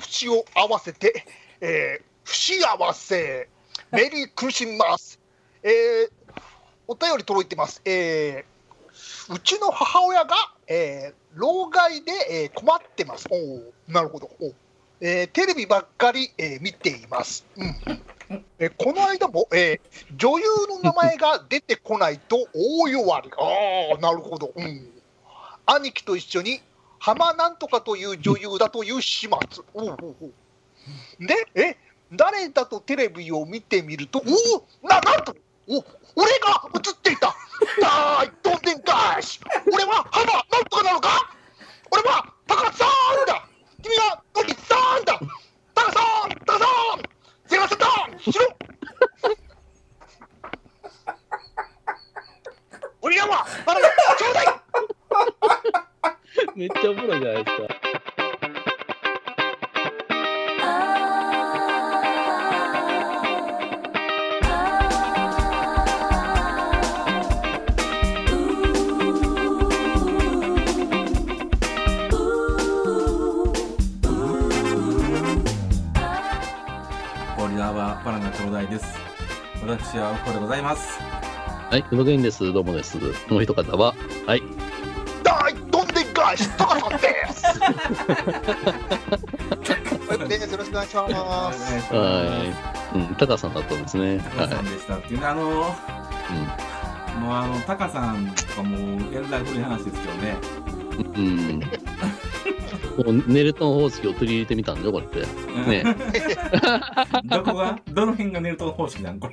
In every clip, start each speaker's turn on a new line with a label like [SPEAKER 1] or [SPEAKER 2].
[SPEAKER 1] 口を合わせて、えー不幸せ、メリークリスマス、えーお便り届いてます。えーうちの母親が、えー老害で、えー困ってます。おーなるほど、おーえーテレビばっかり、えー見ています。うんえーこの間も、えー女優の名前が出てこないと大弱り。ああ、なるほど。うん兄貴と一緒に浜なんとかという女優だという始末。おうおうおうで、え、誰だとテレビを見てみると、おお、な、なんと、お、俺が映っていた。大どんでん返し。俺は浜なんとかなのか俺は高さんだ君はゴキさんだ高さん高さんセガさんだしろ俺らは、まだだ、ちょうだい
[SPEAKER 2] めっちゃおもろいじゃないですか。
[SPEAKER 3] ボリラーはバナナ兄弟です。私はアウコでございます。
[SPEAKER 2] はい、クマグインです。どうもです。この一方は、はい、
[SPEAKER 1] 大どんでん返し高さんです。よろしくお願いしま
[SPEAKER 3] お願い
[SPEAKER 1] す。
[SPEAKER 3] しま
[SPEAKER 2] はい、うん、タカさんだったんですね。
[SPEAKER 3] す。タ
[SPEAKER 2] は
[SPEAKER 3] カさんでしたっていうね、あ
[SPEAKER 2] い、
[SPEAKER 3] のもうあのタカさんとかもうやるだい古い話ですけどね。
[SPEAKER 2] うん、うん。もうネルトン方式を取り入れてみたんだよ、これって。ね
[SPEAKER 3] どこがどの辺がネルトン方式なんこ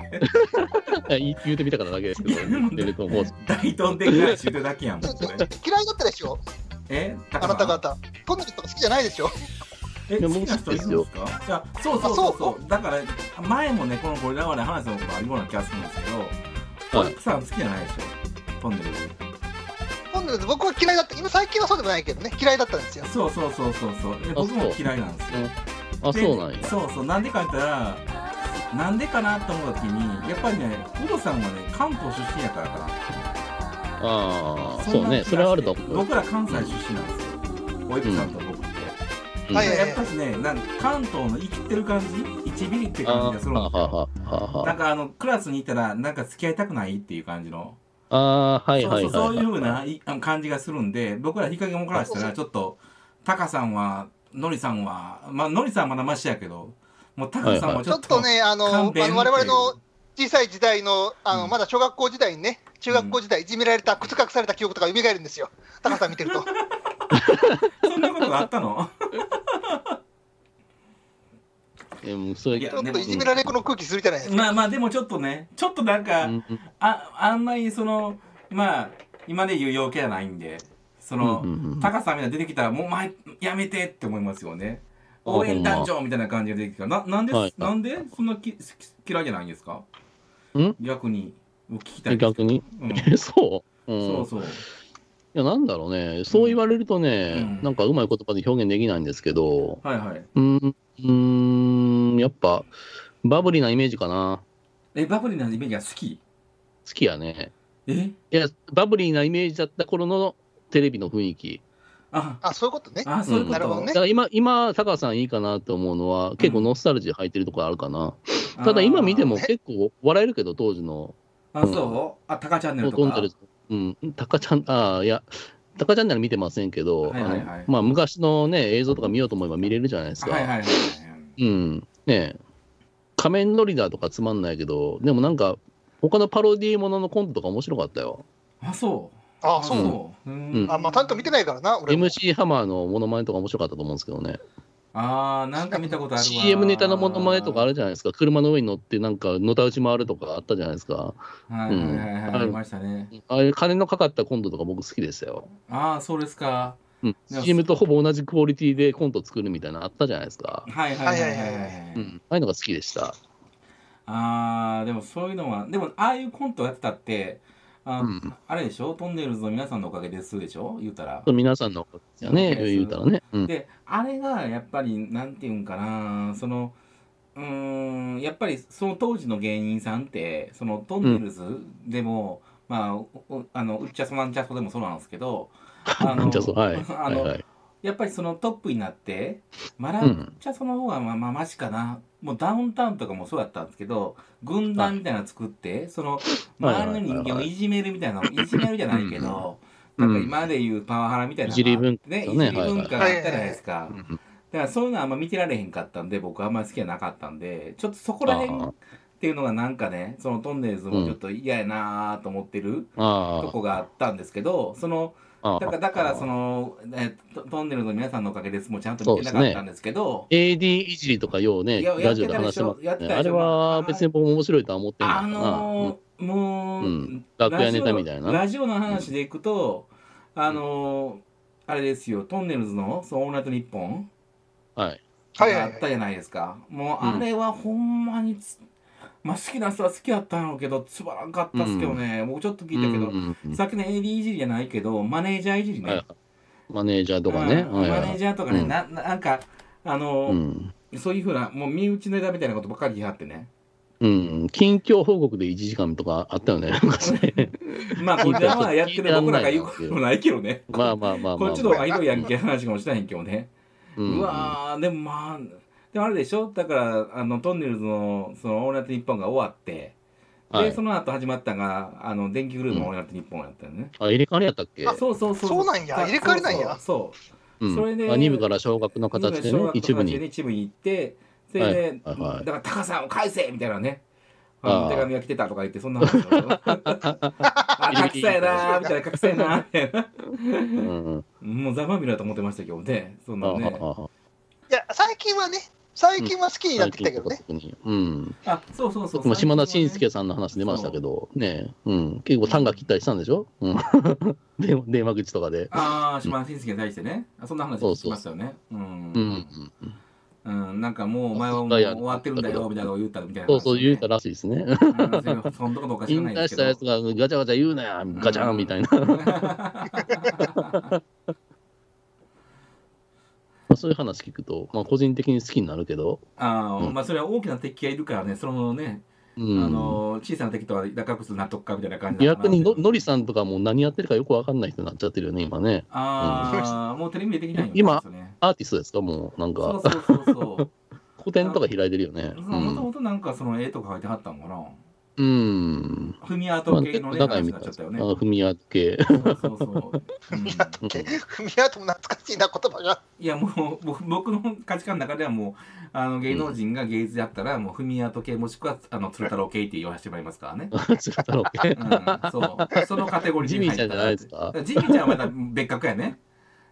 [SPEAKER 3] れ。
[SPEAKER 2] 言言うてみたからだけですけど、ネルトン方式。
[SPEAKER 3] 大トンで返し言うてだけやんもんこれ。
[SPEAKER 1] 嫌いだったでしょ
[SPEAKER 3] え、
[SPEAKER 1] あ
[SPEAKER 3] タカ
[SPEAKER 1] な
[SPEAKER 3] さ
[SPEAKER 1] た
[SPEAKER 3] ん。
[SPEAKER 1] 方。トンネルとか好きじゃないでしょ
[SPEAKER 3] え、
[SPEAKER 2] いや
[SPEAKER 3] 好きな人いるんですかいや、そうそうそうそう。だから、前もね、このゴリラワで話したことあるような気がするんですけど、
[SPEAKER 2] は
[SPEAKER 3] 奥
[SPEAKER 2] い
[SPEAKER 3] さん好きじゃないでしょ、トンネルズ。
[SPEAKER 1] トンネル僕は嫌いだった。今最近はそうでもないけどね、嫌いだったんですよ。
[SPEAKER 3] そうそうそうそうそう。で
[SPEAKER 2] あそう
[SPEAKER 3] 僕も嫌いなんですよ。
[SPEAKER 2] あ、
[SPEAKER 3] で
[SPEAKER 2] そうなんや。
[SPEAKER 3] そうそう。なんでかって言ったら、なんでかなと思った時に、やっぱりね、ウドさんはね、関東出身やからか
[SPEAKER 2] あ
[SPEAKER 3] な。
[SPEAKER 2] あ、そうん
[SPEAKER 3] な気が
[SPEAKER 2] ね、
[SPEAKER 3] して
[SPEAKER 2] それはあると思う。
[SPEAKER 3] 僕ら関西出身なんですよ。おいくさんと僕って。
[SPEAKER 2] うん
[SPEAKER 1] はい
[SPEAKER 3] やっぱしね、なんか関東の生きてる感じ、1ビリって
[SPEAKER 2] あ
[SPEAKER 3] 感じ
[SPEAKER 2] あ
[SPEAKER 3] がするんです
[SPEAKER 2] は
[SPEAKER 3] よ。
[SPEAKER 2] はは
[SPEAKER 3] な
[SPEAKER 2] は
[SPEAKER 3] んかあの、クラスにいたら、なんか付き合いたくないっていう感じの。
[SPEAKER 2] ああ、はいはいはい
[SPEAKER 3] そ
[SPEAKER 2] は
[SPEAKER 3] うそうそういうふう
[SPEAKER 2] は
[SPEAKER 3] な、いあの感じがするんで僕ら日陰もからしたらちょっとタカさんはノリさんはまあノリさんはまだマシやけどもうタカさんはち
[SPEAKER 1] ち
[SPEAKER 3] ょ
[SPEAKER 1] ょ
[SPEAKER 3] っ
[SPEAKER 1] っ
[SPEAKER 3] と、
[SPEAKER 1] とね、あの、あ
[SPEAKER 3] 勘弁
[SPEAKER 1] の我々
[SPEAKER 3] って
[SPEAKER 1] の小さい時代の、あ
[SPEAKER 3] う
[SPEAKER 1] の、
[SPEAKER 3] ん
[SPEAKER 1] まだ小学校時代にね、中学校時代いじめられた、靴隠された記憶とか蘇るんですよ。高さん見てる と。
[SPEAKER 3] そんなことがあったの
[SPEAKER 2] えもうそれ
[SPEAKER 3] いや
[SPEAKER 1] ちょっ
[SPEAKER 3] で
[SPEAKER 1] と
[SPEAKER 3] も
[SPEAKER 1] いじめられっ子の空気するじゃないですか。
[SPEAKER 3] まあまあでもちょっとねちょっとなんか、
[SPEAKER 2] うんうん
[SPEAKER 3] ああんまりそのまあ今で言う陽キャじゃないんでその、
[SPEAKER 2] うんうんうん
[SPEAKER 3] タカさんみたいな出てきたらもう前やめてって思いますよね
[SPEAKER 2] あ
[SPEAKER 3] 応援団長みたいな感じが出てきたらななんで、
[SPEAKER 2] はい
[SPEAKER 3] なんでそんなき嫌いじゃないんですか
[SPEAKER 2] ん
[SPEAKER 3] 逆に聞きたい
[SPEAKER 2] え
[SPEAKER 3] です
[SPEAKER 2] 逆に
[SPEAKER 3] うん
[SPEAKER 2] えそう、うん、
[SPEAKER 3] そうそう。
[SPEAKER 2] いや、なんだろうね。そう言われるとね、
[SPEAKER 3] うん
[SPEAKER 2] なんかうまい言葉で表現できないんですけど、
[SPEAKER 3] はいはい。
[SPEAKER 2] うーん、うーんやっぱ、バブリーなイメージかな。
[SPEAKER 3] え、バブリーなイメージが好き
[SPEAKER 2] 好きやね。
[SPEAKER 3] え
[SPEAKER 2] いや、バブリーなイメージだった頃のテレビの雰囲気。
[SPEAKER 3] あ、
[SPEAKER 1] あ、そういうことね。
[SPEAKER 3] あ、そういうこと。
[SPEAKER 2] な
[SPEAKER 1] るほどね
[SPEAKER 2] だから今、今、高さんいいかなと思うのは、結構ノスタルジー入ってるところあるかな。
[SPEAKER 3] あー
[SPEAKER 2] ただ今見ても結構笑えるけど、当時の。
[SPEAKER 3] あ、そうあ、タカチャンネルと
[SPEAKER 2] トン
[SPEAKER 3] か
[SPEAKER 2] ネ。ルうん、タカちゃん、ああ、いや、タカちゃんなら見てませんけど、
[SPEAKER 3] はいはいはい
[SPEAKER 2] あのまあ昔のね、映像とか見ようと思えば見れるじゃないですか。
[SPEAKER 3] はいはいはい。
[SPEAKER 2] うん、ねえ仮面ロリダーとかつまんないけど、でもなんか、他のパロディーもののコントとか面白かったよ。
[SPEAKER 3] あ、そう。
[SPEAKER 1] あ、そう。
[SPEAKER 3] う。
[SPEAKER 2] うん
[SPEAKER 1] あ、まあ、ちゃんと見て
[SPEAKER 3] な
[SPEAKER 1] な
[SPEAKER 3] い。
[SPEAKER 1] いからな、俺も。
[SPEAKER 2] MC ハマーのモノマネとか面白かったと思うんですけどね。
[SPEAKER 3] あー、なんか見たことあるわ。
[SPEAKER 2] CM ネタのモノマネとかあ
[SPEAKER 3] る。
[SPEAKER 2] るじゃないですか。車の上に乗ってなんか、のたうち回るとかあったじゃないですか。
[SPEAKER 3] はいはいはいはい。
[SPEAKER 2] うん
[SPEAKER 3] ありましたね。
[SPEAKER 2] ああいう金のかかったコントとか僕好きでしたよ。
[SPEAKER 3] あー、そうですか。
[SPEAKER 2] うん、
[SPEAKER 3] いや
[SPEAKER 2] CM とほぼ同じクオリティでコント作るみたいなのあったじゃないですか。
[SPEAKER 3] はいはいはいは
[SPEAKER 1] はい
[SPEAKER 3] い
[SPEAKER 1] はい
[SPEAKER 3] は。
[SPEAKER 1] はい
[SPEAKER 2] うん、ああいうのが好きでした。
[SPEAKER 3] あーでもそういうのはでもああいうコントやってたってあ,、
[SPEAKER 2] うん
[SPEAKER 3] あれでしょトンネルズの皆さんのおかげですでしょ言うたら
[SPEAKER 2] 皆さんのおかげですよね、
[SPEAKER 3] そうです
[SPEAKER 2] 言うたらね。うん、
[SPEAKER 3] であれがやっぱりなんていうんかなそのうーんやっぱりその当時の芸人さんってそのトンネルズでも、 まあおおあのうっちゃそなんちゃそでもそうなんですけどあの
[SPEAKER 2] じゃあそう、はい。
[SPEAKER 3] あ
[SPEAKER 2] はい
[SPEAKER 3] の
[SPEAKER 2] はい。
[SPEAKER 3] やっぱりそのトップになってマラ
[SPEAKER 2] う
[SPEAKER 3] ッ
[SPEAKER 2] ん
[SPEAKER 3] チャその方がまあまあマシかなもうダウンタウンとかもそうやったんですけど軍団みたいなの作ってその
[SPEAKER 2] はいはい
[SPEAKER 3] 周りの人間をいじめるみたいなのいじめるじゃないけど
[SPEAKER 2] う
[SPEAKER 3] なんんか今でいうパワハラみたい
[SPEAKER 2] い
[SPEAKER 3] なの
[SPEAKER 2] じり文化
[SPEAKER 3] ね
[SPEAKER 2] で
[SPEAKER 3] い
[SPEAKER 2] す
[SPEAKER 3] じ
[SPEAKER 2] ね
[SPEAKER 3] り文化があったじゃないですか
[SPEAKER 2] う
[SPEAKER 3] だ
[SPEAKER 2] ん
[SPEAKER 3] からそういうのはあんま見てられへんかったんで僕あんまり好きじゃなかったんでちょっとそこら辺っていうのがなんかねそのトンネルズもちょっと嫌やなーと思ってる
[SPEAKER 2] あ
[SPEAKER 3] とこがあったんですけどその
[SPEAKER 2] あ
[SPEAKER 3] だからだからその、えトトンネルの皆さんのおかげですもうちゃんと見てな
[SPEAKER 2] そう
[SPEAKER 3] か
[SPEAKER 2] で
[SPEAKER 3] っ
[SPEAKER 2] す
[SPEAKER 3] た
[SPEAKER 2] ね
[SPEAKER 3] んですけど
[SPEAKER 2] AD いじりとかようね
[SPEAKER 3] いや
[SPEAKER 2] ラジオで話してます
[SPEAKER 3] やってたでしょやってたでしょ
[SPEAKER 2] あれは別に僕も面白いとは思ってない
[SPEAKER 3] あ
[SPEAKER 2] かな、
[SPEAKER 3] のーもう、
[SPEAKER 2] うん楽屋ネタみたいな
[SPEAKER 3] ラジオの話でいくと、あのーあれですよトンネルズの「そのオールナイトニッポン」
[SPEAKER 2] はい
[SPEAKER 3] が
[SPEAKER 1] はいは
[SPEAKER 3] あ
[SPEAKER 1] い
[SPEAKER 3] っ
[SPEAKER 1] は
[SPEAKER 3] た
[SPEAKER 1] い。
[SPEAKER 3] じゃないですか、も
[SPEAKER 2] うん
[SPEAKER 3] うあれはほんまにつまあ、好きな人は好きだったんやろうけどつまらんかったっすけどね、僕ちょっと聞いたけど、
[SPEAKER 2] うんうん
[SPEAKER 3] さっきの AD いじりじゃないけどマネージャーいじりね、
[SPEAKER 2] はいマネージャーとかね、
[SPEAKER 3] うん
[SPEAKER 2] はいは
[SPEAKER 3] マ
[SPEAKER 2] い
[SPEAKER 3] ネージャーとかね、
[SPEAKER 2] うん
[SPEAKER 3] なななんかあのー
[SPEAKER 2] うん
[SPEAKER 3] そういうふうな、もう身内ネタみたいなことばっかり言い張って ね。
[SPEAKER 2] うん、近況報告で1時間とかあったよね、なんかね
[SPEAKER 3] まあ、これはやってる僕らが言うこと
[SPEAKER 2] 聞いてらんないなっていう
[SPEAKER 3] もないけどね。
[SPEAKER 2] まあまあまあまあ、ま
[SPEAKER 3] こ
[SPEAKER 2] あ。
[SPEAKER 3] っちの方がひどいやんけ話かもしれへんけどね。
[SPEAKER 2] う
[SPEAKER 3] うんわー、でもまあ、でもあれでしょだから、あの、トンネルズの、その、オールナイトニッポンが終わって、
[SPEAKER 2] は
[SPEAKER 3] で、
[SPEAKER 2] い
[SPEAKER 3] その後始まったのが、あの、電気グループのオールナイトニッポンやったよね。
[SPEAKER 2] あ入れ替わりやったっけ
[SPEAKER 1] あ
[SPEAKER 3] そうそうそう。
[SPEAKER 1] そうなんや
[SPEAKER 3] か
[SPEAKER 1] 入れ替わりなんや
[SPEAKER 3] そうそう
[SPEAKER 2] うん
[SPEAKER 3] それで
[SPEAKER 2] あ2部から小学の形で
[SPEAKER 3] 小
[SPEAKER 2] ね
[SPEAKER 3] 学、校
[SPEAKER 2] 一部
[SPEAKER 3] の話で
[SPEAKER 2] に。
[SPEAKER 3] ね一部に行って、それで、
[SPEAKER 2] はいはいはい
[SPEAKER 3] だから、タカさんを返せみたいなね。あ
[SPEAKER 2] あ
[SPEAKER 3] の
[SPEAKER 2] ー
[SPEAKER 3] 手紙が来てたとか言って、そんな話 だよあ、隠さやなーみたいな、隠さやなーみたいな。
[SPEAKER 2] うん
[SPEAKER 3] もうざまみろやと思ってましたけどね、そん
[SPEAKER 2] あ
[SPEAKER 3] な
[SPEAKER 2] あ
[SPEAKER 3] ね。
[SPEAKER 2] あ
[SPEAKER 1] いや、最近はね、最近は好きになってきたけどね。
[SPEAKER 2] 最近とか特にうん。
[SPEAKER 3] あ、そうそうそう。
[SPEAKER 2] まあ島田紳介さんの話出ましたけど、ね、うん、結構、短歌切ったりしたんでしょ、うん、電電話口と かで。
[SPEAKER 3] ああ、島田紳介に対してね。あそんな話聞きましたよね。うん。
[SPEAKER 2] うん、
[SPEAKER 3] うんなんかもう、お前はもう終わってるんだよ、みたいなこと言ったみたいな話ね。
[SPEAKER 2] そうそう、言うたらしいですね。
[SPEAKER 3] うんそんなことおかし く
[SPEAKER 2] 引
[SPEAKER 3] ないで
[SPEAKER 2] 退
[SPEAKER 3] す
[SPEAKER 2] し
[SPEAKER 3] け
[SPEAKER 2] た
[SPEAKER 3] ど
[SPEAKER 2] やつ。がガチャガチャ言うなや、ガチャンみた いな、そういう話聞くと、まあ、個人的に好きになるけど、
[SPEAKER 3] あーまあそれは大きな敵がいるからね、そのね、
[SPEAKER 2] う
[SPEAKER 3] あ
[SPEAKER 2] ん、
[SPEAKER 3] の小さな敵とは仲良くする納得かみたいな感じなのか
[SPEAKER 2] 逆
[SPEAKER 3] な
[SPEAKER 2] にののりさんとかもう何やってるかよく分かんない人になっちゃってるよね、今ね。
[SPEAKER 3] ああ、もうテレビ出てきないんです
[SPEAKER 2] 今
[SPEAKER 3] よね。
[SPEAKER 2] アーティストですか、もうなん
[SPEAKER 3] そ
[SPEAKER 2] か
[SPEAKER 3] う、そうそうそう。
[SPEAKER 2] 古典とか開いてるよね。う
[SPEAKER 3] もと
[SPEAKER 2] ん
[SPEAKER 3] もとなんかその絵とか描いてはったんかな。
[SPEAKER 2] うん。
[SPEAKER 3] 踏み
[SPEAKER 2] ま
[SPEAKER 3] 跡
[SPEAKER 2] あ、
[SPEAKER 3] 系
[SPEAKER 2] 結
[SPEAKER 3] の
[SPEAKER 2] 構
[SPEAKER 3] ね、
[SPEAKER 2] 長い
[SPEAKER 3] 話に
[SPEAKER 2] み
[SPEAKER 3] な
[SPEAKER 2] たいで
[SPEAKER 3] っちゃっ
[SPEAKER 2] す
[SPEAKER 3] た
[SPEAKER 2] ね。
[SPEAKER 3] よ
[SPEAKER 2] あ
[SPEAKER 3] ね。
[SPEAKER 2] の踏み跡系。
[SPEAKER 3] そうそうそう。うん
[SPEAKER 1] 踏み跡も懐かしいな言葉が。
[SPEAKER 3] いやもう僕僕の価値観の中ではもうあの芸能人が芸術やったらもう踏み跡系もしくはあの鶴太郎系って言わせてもらいますからね。
[SPEAKER 2] 鶴太郎系
[SPEAKER 3] うん、そうそのカテゴリー
[SPEAKER 2] ジ
[SPEAKER 3] に
[SPEAKER 2] ミー
[SPEAKER 3] 入
[SPEAKER 2] ちゃ
[SPEAKER 3] っ
[SPEAKER 2] んじ
[SPEAKER 3] た
[SPEAKER 2] ゃない
[SPEAKER 3] ら
[SPEAKER 2] ですか。
[SPEAKER 3] ジミーちゃんはまた別格やね。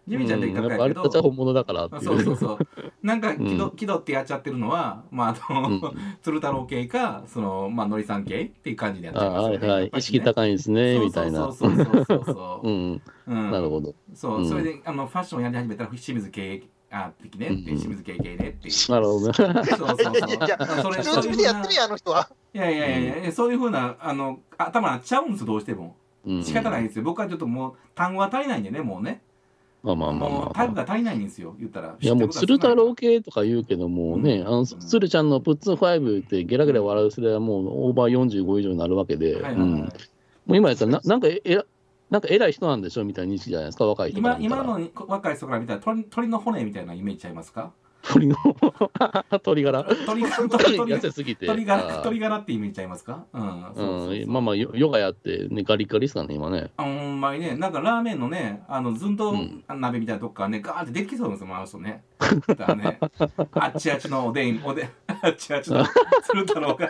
[SPEAKER 3] ジミーちゃんは別
[SPEAKER 2] うんや
[SPEAKER 3] 格や
[SPEAKER 2] っぱあ
[SPEAKER 3] け
[SPEAKER 2] れたちは
[SPEAKER 3] ど。
[SPEAKER 2] 本物だからってい
[SPEAKER 3] あ
[SPEAKER 2] う。
[SPEAKER 3] そうそうそう。なんか気
[SPEAKER 2] う
[SPEAKER 3] 取気取ってやっちゃってるのは、まああの、
[SPEAKER 2] うん
[SPEAKER 3] 鶴太郎系かそのまあのりさん系っていう感じでやっちゃ
[SPEAKER 2] あ
[SPEAKER 3] います
[SPEAKER 2] は
[SPEAKER 3] よね
[SPEAKER 2] いはい、
[SPEAKER 3] やっぱりね
[SPEAKER 2] 意識高いんですね、みたいな。。
[SPEAKER 3] そうそうそうそうそうそう
[SPEAKER 2] ん、
[SPEAKER 3] うん
[SPEAKER 2] なるほど。
[SPEAKER 3] そう、
[SPEAKER 2] うん
[SPEAKER 3] それであのファッションやり始めたら清水系あ的ねって、
[SPEAKER 2] うん
[SPEAKER 3] 清水系系ねっていう。そう
[SPEAKER 2] なるほどね。
[SPEAKER 3] そうそう。
[SPEAKER 1] いやいやいや
[SPEAKER 3] それ
[SPEAKER 1] 一
[SPEAKER 3] そう
[SPEAKER 1] 応うち
[SPEAKER 3] いうふ
[SPEAKER 1] で
[SPEAKER 3] うな
[SPEAKER 1] やってるやんあの人は。
[SPEAKER 3] いやいやいやいや、そういうふうなあの頭になっちゃうんですどうしても。
[SPEAKER 2] うん
[SPEAKER 3] 仕方ないんですよ。僕はちょっともう単語が足りないんでねもうね。
[SPEAKER 2] まあまあまあ
[SPEAKER 3] もう
[SPEAKER 2] ま
[SPEAKER 3] タイ
[SPEAKER 2] あ
[SPEAKER 3] プ
[SPEAKER 2] まあ。
[SPEAKER 3] が足りないんですよ言ったら。
[SPEAKER 2] いやもう
[SPEAKER 3] 知って
[SPEAKER 2] 鶴
[SPEAKER 3] る
[SPEAKER 2] 太
[SPEAKER 3] ことが少な
[SPEAKER 2] 郎
[SPEAKER 3] い
[SPEAKER 2] 系とか言うけどもね、あの鶴ちゃんのプッツン5ってゲラゲラ笑う世代はもうオーバー45以上になるわけで、
[SPEAKER 3] は
[SPEAKER 2] う
[SPEAKER 3] いはいはい
[SPEAKER 2] んもう今やったらな、なんかえら、なんか偉い人なんでしょみたいな認識じゃないですか、若い人から
[SPEAKER 3] 今
[SPEAKER 2] 見たら
[SPEAKER 3] 今のに若い人から見たら鳥鳥の骨みたいなイメージちゃいま すか
[SPEAKER 2] 鳥の鳥柄、
[SPEAKER 3] 鳥が
[SPEAKER 2] 鳥
[SPEAKER 3] 鳥
[SPEAKER 2] に
[SPEAKER 3] 鳥
[SPEAKER 2] 痩
[SPEAKER 3] が
[SPEAKER 2] せすぎて、
[SPEAKER 3] 鳥柄
[SPEAKER 2] あー
[SPEAKER 3] 鳥柄ってイメージちゃいますかうんそうそうそう
[SPEAKER 2] うん、まあまあ、ヨヨガやって、ね、ガリッガリですからね、今ね。
[SPEAKER 3] あほんまにね、なんかラーメンのね、あの、ずんと
[SPEAKER 2] うん
[SPEAKER 3] 鍋みたいなとこからね、ガーってできそうなんですよ、もうあの人ね。だからね、 あっちあっちのおでん、おでん、あっちあっちの鶴太郎が、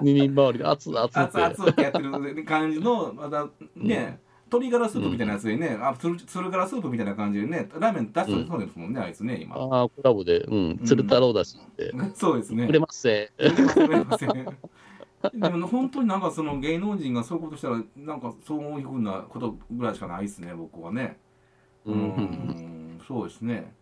[SPEAKER 2] 二人羽織で、熱々って。
[SPEAKER 3] 熱々ってやってる感じの、またね、鶏ガラスープみたいなやつでね、あ鶴鶴ガラスープみたいな感じでね、ラーメン出してそうですもんね、あいつね、今。
[SPEAKER 2] ああ、コラボで、うん、鶴太郎だしって、
[SPEAKER 3] そうですね
[SPEAKER 2] 売。れますせ。
[SPEAKER 3] 売れます売れます でも本当になんかその芸能人がそういうことしたら、なんかそういうふうなことぐらいしかないですね、僕はね。
[SPEAKER 2] う
[SPEAKER 3] うんん、そうですね。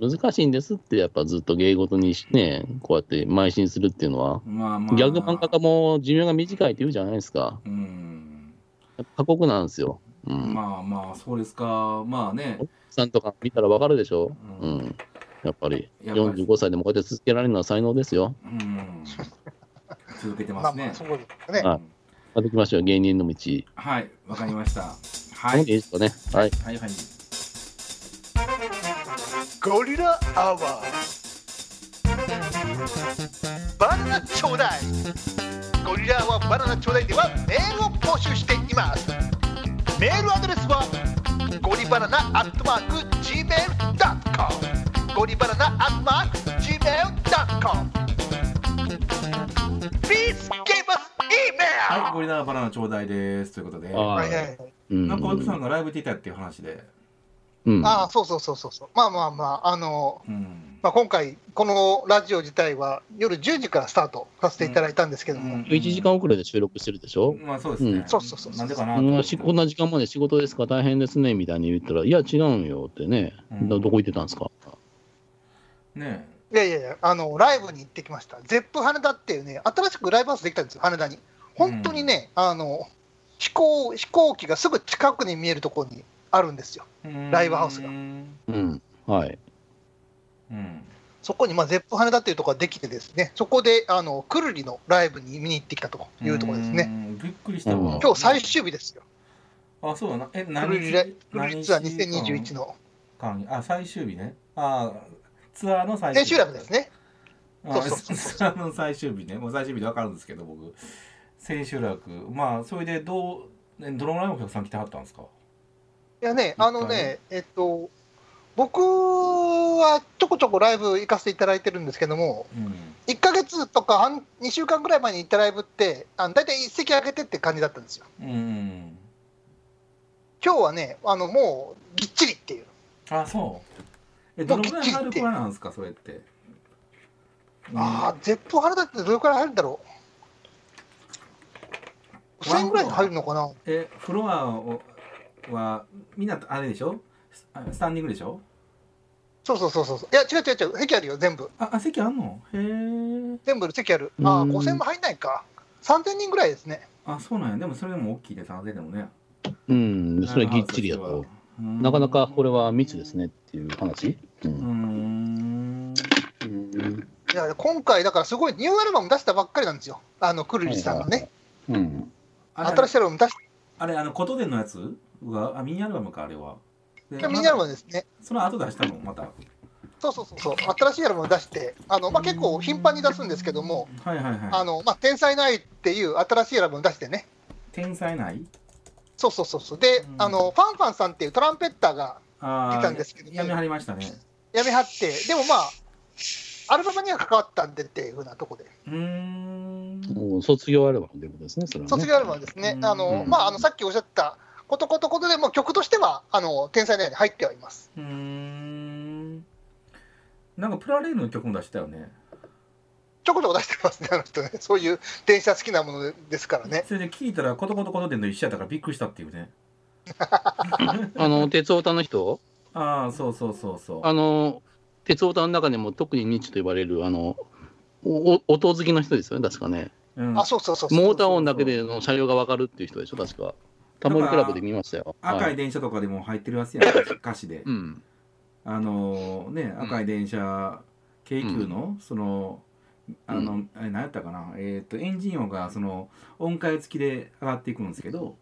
[SPEAKER 2] 難しいんですって、やっぱずっと芸事にね、こうやって邁進するっていうのは、
[SPEAKER 3] まあまあ。
[SPEAKER 2] ギャグ漫画家も寿命が短いって言うじゃないですか。
[SPEAKER 3] うん。
[SPEAKER 2] やっぱ過酷なんですよ。うん。
[SPEAKER 3] まあまあ、そうですか。まあね。
[SPEAKER 2] さんとか見たらわかるでしょ。
[SPEAKER 3] う。
[SPEAKER 2] うんん。やっぱり、
[SPEAKER 3] やっぱり
[SPEAKER 2] 45歳でもこうやって続けられるのは才能ですよ。
[SPEAKER 3] うん続けて
[SPEAKER 1] ま
[SPEAKER 3] ま
[SPEAKER 1] あ
[SPEAKER 3] す
[SPEAKER 1] ま
[SPEAKER 3] ね
[SPEAKER 1] あ、。そうですね。
[SPEAKER 2] あまた来ましょう、芸人の道。
[SPEAKER 3] はい、わかりました。
[SPEAKER 2] こ
[SPEAKER 3] は
[SPEAKER 2] の
[SPEAKER 3] い
[SPEAKER 2] 辺。でいいですかね。はい。
[SPEAKER 3] はいはい。
[SPEAKER 1] ゴリラアワーバナナちょうだいゴリラアワーバナナちょうだいではメールを募集していますメールアドレスはゴリバナナアットマーク Gmail.com ゴリバナナアットマーク Gmail.com Please give us email!
[SPEAKER 3] はい、ゴリラバナナちょうだいです。ということで、な
[SPEAKER 2] は
[SPEAKER 1] はい
[SPEAKER 2] い
[SPEAKER 1] はいはい
[SPEAKER 2] うん
[SPEAKER 3] んか奥さんがライブ出たっていう話で、
[SPEAKER 2] うん
[SPEAKER 1] ああ、そうそうそうそうそう。まあまあまあ、あの、
[SPEAKER 3] うん。
[SPEAKER 1] まあ、今回、このラジオ自体は夜10時からスタートさせていただいたんですけども、
[SPEAKER 3] うん
[SPEAKER 2] 1時間遅れで収録してるでしょ、
[SPEAKER 3] まあそうですね。
[SPEAKER 2] うん
[SPEAKER 1] そうそうそうそう
[SPEAKER 3] なんでかな
[SPEAKER 2] うんしこんな時間まで仕事ですか大変ですねみたいに言ったら、いや、違うんよってね、
[SPEAKER 3] うん
[SPEAKER 2] どどこ行ってたんですか
[SPEAKER 3] ね
[SPEAKER 1] いやいやいや、あの、ライブに行ってきました。ゼップ羽田っていうね、新しくライブハウスできたんですよ、羽田に。本当にね、あの、飛行、飛行機がすぐ近くに見えるところにあるんですよ。
[SPEAKER 3] え
[SPEAKER 1] ライブハウスが
[SPEAKER 3] うん。
[SPEAKER 2] うん。はい。
[SPEAKER 3] うん
[SPEAKER 1] そこに、まあ、ゼップ羽田っていうところができてですね、そこで、あの、くるりのライブに見に行ってきたというところですね。
[SPEAKER 3] うん。びっくりしたわ。
[SPEAKER 1] 今日最終日ですよ。
[SPEAKER 3] あ、そうだな。え、
[SPEAKER 1] く
[SPEAKER 3] 何
[SPEAKER 1] るりライ
[SPEAKER 3] 日
[SPEAKER 1] くるりツアー2021
[SPEAKER 3] の。
[SPEAKER 1] の
[SPEAKER 3] 間あ、最終日ね。あ、ツアーの最終
[SPEAKER 1] 千秋
[SPEAKER 3] 日。
[SPEAKER 1] 楽ですね。
[SPEAKER 3] あ
[SPEAKER 1] そうそう
[SPEAKER 3] ツアーの最終日ね。もう最終日でわかるんですけど、僕。千秋楽。まあ、それでどう、ねどのぐらいのお客さん来てはったんですか
[SPEAKER 1] いやね、あのね、えっと、僕はちょこちょこライブ行かせていただいてるんですけども、
[SPEAKER 3] うん。
[SPEAKER 1] 1か月とか半2週間ぐらい前に行ったライブって、あの大体一席上げてって感じだったんですよ。
[SPEAKER 3] うん。
[SPEAKER 1] 今日はね、あのもうぎっちりっていう、
[SPEAKER 3] あ、そう。え、
[SPEAKER 1] も
[SPEAKER 3] ど
[SPEAKER 1] う
[SPEAKER 3] のぐらい
[SPEAKER 1] きっちり
[SPEAKER 3] ハードコアなんですか、それって。
[SPEAKER 1] ああ
[SPEAKER 3] あ、、
[SPEAKER 1] 絶プ原田ってどれくらい入るんだろう、5000円ぐらい入るのかな、
[SPEAKER 3] え、フロアをは、みんな、あれでしょスあスタンディングでしょ
[SPEAKER 1] そうそうそうそう、いや、違う違う違う、席あるよ、全部、
[SPEAKER 3] あ、あ席あんのへえ。
[SPEAKER 1] 全部席ある、ああ、
[SPEAKER 2] うん
[SPEAKER 1] 5000も入んないか、3000人ぐらいですね。
[SPEAKER 3] あ、そうなんや。でもそれでも大きいで、3000でもね。
[SPEAKER 2] うん、それはぎっちりやと。。なかなかこれは密です。ねっていう話。う
[SPEAKER 3] うー
[SPEAKER 2] ん。
[SPEAKER 3] ん。
[SPEAKER 2] うん。
[SPEAKER 1] いや今回、だからすごいニューアルバム出したばっかりなんですよ、あのくるりさんがね、
[SPEAKER 2] うん。
[SPEAKER 3] あれ
[SPEAKER 1] 新しいアルバム出し
[SPEAKER 3] あれ、あの、琴殿のやつが、あ、ミニアルバムか、あれは。で
[SPEAKER 1] た、ミニアルバムですね、
[SPEAKER 3] その後出したの、また。は
[SPEAKER 1] そうそうそうそう、新しいアルバム出して、あのまあ、結構頻繁に出すんですけども、
[SPEAKER 3] いはいは
[SPEAKER 1] あ
[SPEAKER 3] い。
[SPEAKER 1] のまあ、天才ないっていう新しいアルバム出してね、
[SPEAKER 3] 天才ない
[SPEAKER 1] そうそうそうそう、で
[SPEAKER 3] うん
[SPEAKER 1] あの、ファンファンさんっていうトランペッターが
[SPEAKER 3] あ
[SPEAKER 1] 出たんですけど
[SPEAKER 3] ーやめはりましたね。
[SPEAKER 1] やめはって、でもまあ、アルバムには関わったんでっていうふうなとこで、
[SPEAKER 3] うーん。
[SPEAKER 2] もう卒業アルバムということですね、それは、ね。
[SPEAKER 1] 卒業アルバムですね
[SPEAKER 3] う、ん
[SPEAKER 1] あの
[SPEAKER 2] うん
[SPEAKER 1] まあ、あのさっきおっしゃったことことことでもう曲としては、あの天才ないに入ってはいます。
[SPEAKER 3] うーん。なんか、プラレールの曲も出したよね。
[SPEAKER 1] ちょこちょこ出してますね、あの人ね。 そういう電車好きなものですからね。
[SPEAKER 3] それで聞いたら、ことことことでの一緒やったからびっくりしたっていうね。
[SPEAKER 2] あの、鉄オタの人
[SPEAKER 3] ああ、そうそうそうそう。
[SPEAKER 2] あの、鉄オタの中でも特にニッチと呼ばれる、あの、おお音好きの人ですよね、確かね。
[SPEAKER 3] うん
[SPEAKER 1] あ、そうそうそうそう。
[SPEAKER 2] モーター音だけでの車両がわかるっていう人でしょ、確か。タモリクラブで見ましたよ。
[SPEAKER 3] 赤
[SPEAKER 2] はい
[SPEAKER 3] 電車とかでも入ってるやつやん、歌詞で
[SPEAKER 2] う。ん。
[SPEAKER 3] あのね、
[SPEAKER 2] ん
[SPEAKER 3] 赤い電車、京急の、その、あ
[SPEAKER 2] う
[SPEAKER 3] の、あれ何やったかな、えっ、と、エンジン音が、その、音階付きで上がっていくんですけど、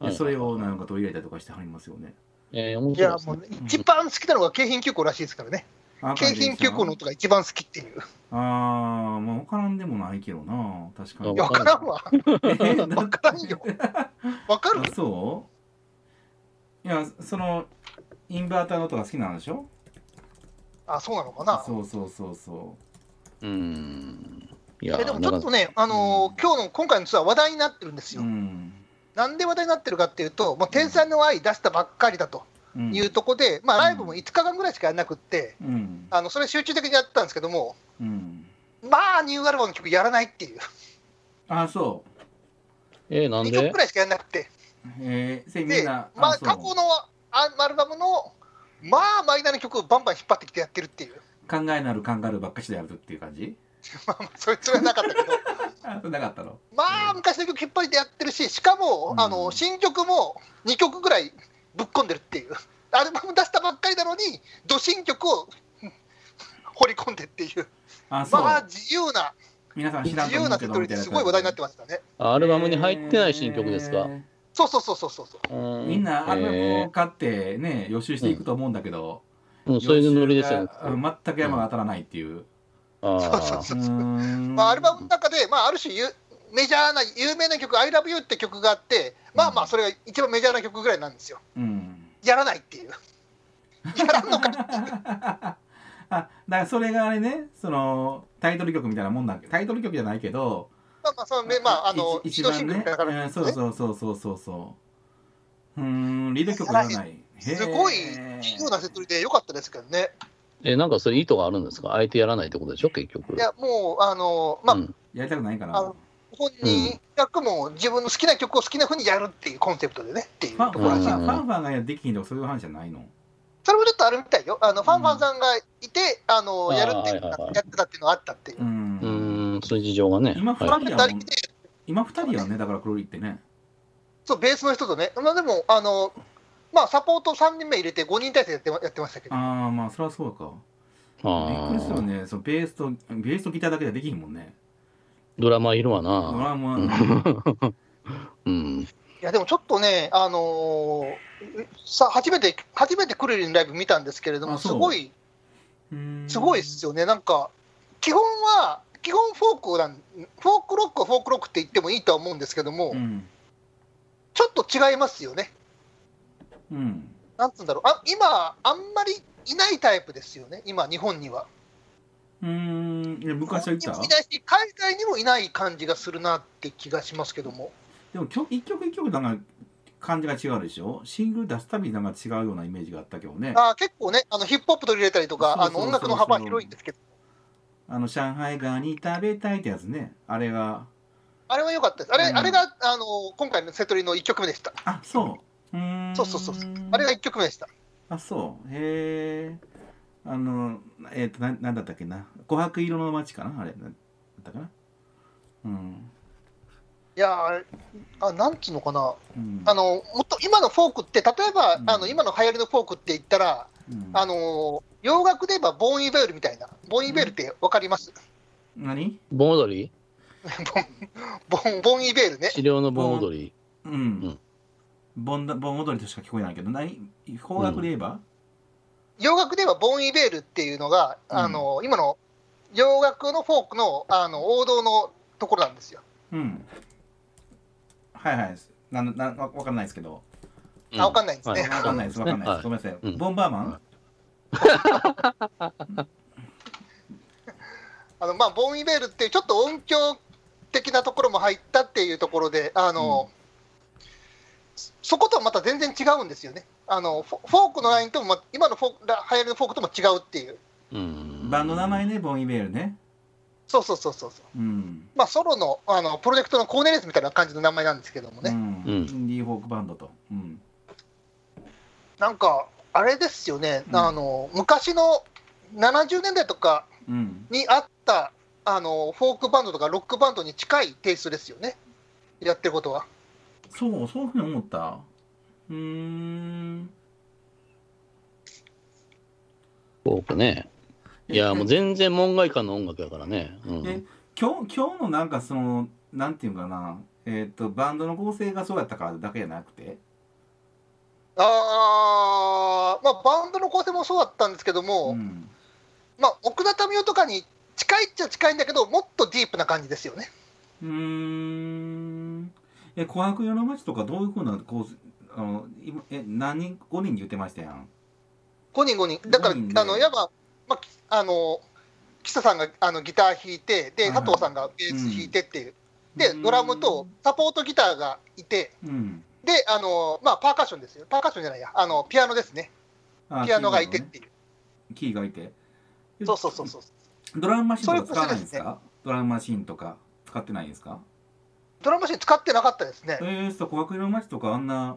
[SPEAKER 3] で
[SPEAKER 2] はい
[SPEAKER 3] それをなんか取り入れたりとかしてはりますよね。
[SPEAKER 2] えー、面
[SPEAKER 1] いや
[SPEAKER 2] 白い、です
[SPEAKER 1] もう
[SPEAKER 2] ね
[SPEAKER 1] 一番好きなのが京浜急行らしいですからね。京
[SPEAKER 3] 赤い
[SPEAKER 1] 浜
[SPEAKER 3] 電車
[SPEAKER 1] 急行の音が一番好きっていう。
[SPEAKER 3] ああ、まあ分からんでもないけどな、確か
[SPEAKER 2] あ
[SPEAKER 3] に。
[SPEAKER 1] いや、
[SPEAKER 2] わ
[SPEAKER 1] わか
[SPEAKER 2] か
[SPEAKER 1] らら
[SPEAKER 2] ん
[SPEAKER 1] んわ。
[SPEAKER 3] えだっ て
[SPEAKER 1] わからんよ。わかる
[SPEAKER 3] あそういや、その、インバーターの音が好きなんでしょ
[SPEAKER 1] あ、そうなのかな。
[SPEAKER 3] そうそうそうそう。
[SPEAKER 2] うん。いや
[SPEAKER 1] えでもちょっとね、あ
[SPEAKER 3] う
[SPEAKER 1] の
[SPEAKER 3] ん
[SPEAKER 1] ー今日の今回のツアー話題になってるんですよ。
[SPEAKER 3] うん
[SPEAKER 1] なんで話題になってるかっていうと、まあ、天才の愛出したばっかりだと
[SPEAKER 3] うん
[SPEAKER 1] いうとこで、まあライブも5日間ぐらいしかやらなくって、
[SPEAKER 3] うん
[SPEAKER 1] あのそれ集中的にやってたんですけども、
[SPEAKER 3] うん
[SPEAKER 1] まあニューアルバムの曲やらないっていう。
[SPEAKER 3] あそ
[SPEAKER 2] えーなん
[SPEAKER 1] 2曲
[SPEAKER 2] で
[SPEAKER 1] くらいしかやらなくて。
[SPEAKER 3] うえー、せみ
[SPEAKER 1] で、
[SPEAKER 3] んな
[SPEAKER 1] まあ、
[SPEAKER 3] そう
[SPEAKER 1] 過去のあアルバムの、まあ、マイナーな曲をバンバン引っ張ってきてやってるっていう、
[SPEAKER 3] 考えなる考えるばっかしでやるっていう感じ
[SPEAKER 1] まあ、それそれはなかったけど、
[SPEAKER 3] あなかったの
[SPEAKER 1] まあ、昔の曲引っ張りでやってるし、しかも、
[SPEAKER 3] うん
[SPEAKER 1] あの新曲も2曲ぐらいぶっ込んでるっていう、 アルバム出したばっかりなのに、ど新曲を うん掘り込んでっていう、
[SPEAKER 3] あそう、
[SPEAKER 1] まあ、自由な、
[SPEAKER 3] 皆さん知らん
[SPEAKER 1] 自
[SPEAKER 3] と思
[SPEAKER 1] 由
[SPEAKER 3] う
[SPEAKER 1] な
[SPEAKER 3] け
[SPEAKER 1] 手
[SPEAKER 3] ど
[SPEAKER 1] 取りですごい話題になって
[SPEAKER 3] ま
[SPEAKER 1] ましたね。
[SPEAKER 2] アルバムに入ってない新曲ですか、
[SPEAKER 1] そうそうそうそうそう。
[SPEAKER 2] うー
[SPEAKER 3] みんなアルバムを
[SPEAKER 2] え
[SPEAKER 3] 買ってね予習していくと思うんだけど、
[SPEAKER 2] ーもうそういうノリでしたよね。
[SPEAKER 3] ね全く山が当たらないっていう、
[SPEAKER 2] あ
[SPEAKER 1] そうそう
[SPEAKER 2] あ
[SPEAKER 1] そうう
[SPEAKER 3] ー
[SPEAKER 1] そう。
[SPEAKER 3] ん
[SPEAKER 1] まあ、アルバムの中で、まあ、ある種ゆメジャーな有名な曲「ILOVEYOU」って曲があってまあまあそれが一番メジャーな曲ぐらいなんですよ
[SPEAKER 3] うん
[SPEAKER 1] やらないっていうやらんのか
[SPEAKER 3] あだからそれがあれねそのタイトル曲みたいなもんだタイトル曲じゃないけど
[SPEAKER 1] まあまあそのねまああの
[SPEAKER 3] 一
[SPEAKER 1] 一
[SPEAKER 3] 一
[SPEAKER 1] 度シ
[SPEAKER 3] 番
[SPEAKER 1] ングル
[SPEAKER 3] ね
[SPEAKER 1] みたいな感じ
[SPEAKER 3] う
[SPEAKER 1] です
[SPEAKER 3] んそう
[SPEAKER 1] ね
[SPEAKER 3] そうそうそうそうそううーんリード曲がないへー
[SPEAKER 1] すごい器用なセトリで良かったですけどね
[SPEAKER 2] え、なんかそれ意図があるんですかあえてやらないってことでしょ、結局。
[SPEAKER 1] いやもうあのまあ
[SPEAKER 2] うん
[SPEAKER 3] やりたくないか
[SPEAKER 1] あ
[SPEAKER 3] な
[SPEAKER 1] の本人役も自分の好きな曲を好きなふうにやるっていうコンセプトでねっていう
[SPEAKER 3] ファン
[SPEAKER 1] と
[SPEAKER 3] フ
[SPEAKER 1] こ
[SPEAKER 3] ァ
[SPEAKER 1] ろ
[SPEAKER 3] ン
[SPEAKER 1] らしい
[SPEAKER 3] ファン
[SPEAKER 2] うん
[SPEAKER 3] ファンファンができひんとかそういう話じゃないの
[SPEAKER 1] それもちょっとあるみたいよあのファンファンさんがいてあの
[SPEAKER 2] あー
[SPEAKER 1] やるっていうの
[SPEAKER 2] はいはいは
[SPEAKER 1] が
[SPEAKER 2] い
[SPEAKER 1] やってたっていうのがあったっていう
[SPEAKER 3] う
[SPEAKER 2] うんーん、そういう事情がね。
[SPEAKER 3] 今フラ
[SPEAKER 2] は
[SPEAKER 3] ン
[SPEAKER 1] 二
[SPEAKER 3] やも
[SPEAKER 1] 人
[SPEAKER 3] ん
[SPEAKER 1] で
[SPEAKER 3] 今二人やんねだから黒いってね
[SPEAKER 1] そうベースの人とねまあでもあのまあサポート3人目入れて5人体制でやってまやってましたけど
[SPEAKER 3] ああまあそりゃそうか
[SPEAKER 2] い、
[SPEAKER 3] びっ
[SPEAKER 2] あ
[SPEAKER 3] くりするよ
[SPEAKER 2] ー
[SPEAKER 3] ねそのベースとベースとギターだけじゃできひんもんね
[SPEAKER 2] ドラマいるわ
[SPEAKER 3] ド
[SPEAKER 2] な。
[SPEAKER 3] ラムは
[SPEAKER 2] うん。
[SPEAKER 1] いやでもちょっとね、あのーさ初めて、初めてクルリンのライブ見たんですけれど
[SPEAKER 3] あ
[SPEAKER 1] も、
[SPEAKER 3] そ
[SPEAKER 1] す
[SPEAKER 3] う
[SPEAKER 1] ごい、
[SPEAKER 3] うん
[SPEAKER 1] すごいですよね、なんか、基本は、基本フォークなん、フォークロックはフォークロックって言ってもいいとは思うんですけども、
[SPEAKER 3] うん
[SPEAKER 1] ちょっと違いますよね、
[SPEAKER 3] うん
[SPEAKER 1] なんつうんだろう、あ今、あんまりいないタイプですよね、今、日本には。
[SPEAKER 3] うーんいや昔は言っ
[SPEAKER 1] 日本にも
[SPEAKER 3] た
[SPEAKER 1] いないし、海外にもいない感じがするなって気がしますけども、
[SPEAKER 3] でも曲一曲一曲なんか感じが違うでしょシングル出すたびになんか違うようなイメージがあったけどねあ
[SPEAKER 1] あー結構ね、あのヒップホップ取り入れたりとか、
[SPEAKER 3] そうそ
[SPEAKER 1] あの
[SPEAKER 3] う
[SPEAKER 1] 音楽の幅広いんですけど、
[SPEAKER 3] の「上海ガニ食べたい」ってやつねあれが
[SPEAKER 1] あれは良かったです、あれ,、
[SPEAKER 3] うん
[SPEAKER 1] あれが、あのー今回のセトリの1曲目でした。
[SPEAKER 3] あそううーん
[SPEAKER 1] そうそうそうあれが1曲目でした。
[SPEAKER 3] あそうへえあのえっ、とななんだったっけな「琥珀色の街」かなあれなんだったかなうん、
[SPEAKER 1] いやーあ、なんつうのかな、
[SPEAKER 3] うん、
[SPEAKER 1] あのもっと今のフォークって、例えば、
[SPEAKER 3] うん
[SPEAKER 1] あの今の流行りのフォークって言ったら、
[SPEAKER 3] うん
[SPEAKER 1] あのー洋楽で言えばボーン・イベールみたいな、ボーン・イベールって分かります、
[SPEAKER 3] 何
[SPEAKER 2] 盆踊り
[SPEAKER 1] ボーンボーン・イベールね、
[SPEAKER 2] 治療の盆踊り。
[SPEAKER 3] うん、
[SPEAKER 2] ん
[SPEAKER 3] 盆だ盆踊りとしか聞こえないけど何方角で言えば、
[SPEAKER 1] 洋楽で言えばボーン・イベールっていうのが、
[SPEAKER 3] うん
[SPEAKER 1] あのー今の洋楽のフォークのあの王道のところなんですよ。
[SPEAKER 3] うん。はいはい。なんなんわわかんないですけど。
[SPEAKER 1] あ分かんないんです
[SPEAKER 2] は
[SPEAKER 1] ね。
[SPEAKER 2] い
[SPEAKER 3] わかんないです。わかんないです。
[SPEAKER 2] はい
[SPEAKER 3] ごめんなさい。
[SPEAKER 2] うん
[SPEAKER 3] ボンバーマン、
[SPEAKER 1] あのまあ、ボーン・イベールっていうちょっと音響的なところも入ったっていうところであの、そそことはまた全然違うんですよねあのフォフォークのラインともま今のフォークら流行りのフォークとも違うっていう
[SPEAKER 2] うん。
[SPEAKER 3] バンドの名前ね、ボンイベールね。
[SPEAKER 1] そうそうそうそうそう
[SPEAKER 3] うん。
[SPEAKER 1] まあソロのあのプロジェクトのコーネレスみたいな感じの名前なんですけどもね、
[SPEAKER 3] うん
[SPEAKER 2] うん
[SPEAKER 3] インディーフォークバンドと。うん。
[SPEAKER 1] なんかあれですよね、
[SPEAKER 3] うん
[SPEAKER 1] あの昔の70年代とか
[SPEAKER 3] うん。
[SPEAKER 1] にあったあのフォークバンドとかロックバンドに近いテイストですよねやってることは
[SPEAKER 3] そう、そういうふうに思った。うーん。
[SPEAKER 2] フォークね。いや、もう
[SPEAKER 3] う
[SPEAKER 2] 全然門外漢の音楽やからね。う
[SPEAKER 3] え
[SPEAKER 2] ん。
[SPEAKER 3] 今日、今日のなんかその、なんていうかな。えっ、と、バンドの構成がそうやったからだけじゃなくて。
[SPEAKER 1] あーまあ、バンドの構成もそうだったんですけども、
[SPEAKER 3] うん。
[SPEAKER 1] まあ、奥田民生とかに近いっちゃ近いんだけど、もっとディープな感じですよね。
[SPEAKER 3] うーん。え、琥珀夜の街とかどういうふうな構成、あの、今、え、何人、5人で言ってましたやん。
[SPEAKER 1] 5人5人。だから、
[SPEAKER 3] 五人ね
[SPEAKER 1] あのいわば、まあき、あの岸田さんがあのギター弾いて、で
[SPEAKER 3] はいはい
[SPEAKER 1] 佐藤さんがベース弾いてっていう、でドラムとサポートギターがいて、
[SPEAKER 3] うん、
[SPEAKER 1] であの、まあ、パーカッションですよ、パーカッションじゃないや、あのピアノですね、
[SPEAKER 3] あ
[SPEAKER 1] ピアノがいてっ
[SPEAKER 3] ね
[SPEAKER 1] ていう、
[SPEAKER 3] キーがいて
[SPEAKER 1] そうそうそうそう、
[SPEAKER 3] ドラムマシンとか使わないんです
[SPEAKER 1] そういう
[SPEAKER 3] かドラムマシンとか使ってないんですか
[SPEAKER 1] ドラムマシン使ってなかったですね
[SPEAKER 3] え。ー、そう小悪の街とかあんな、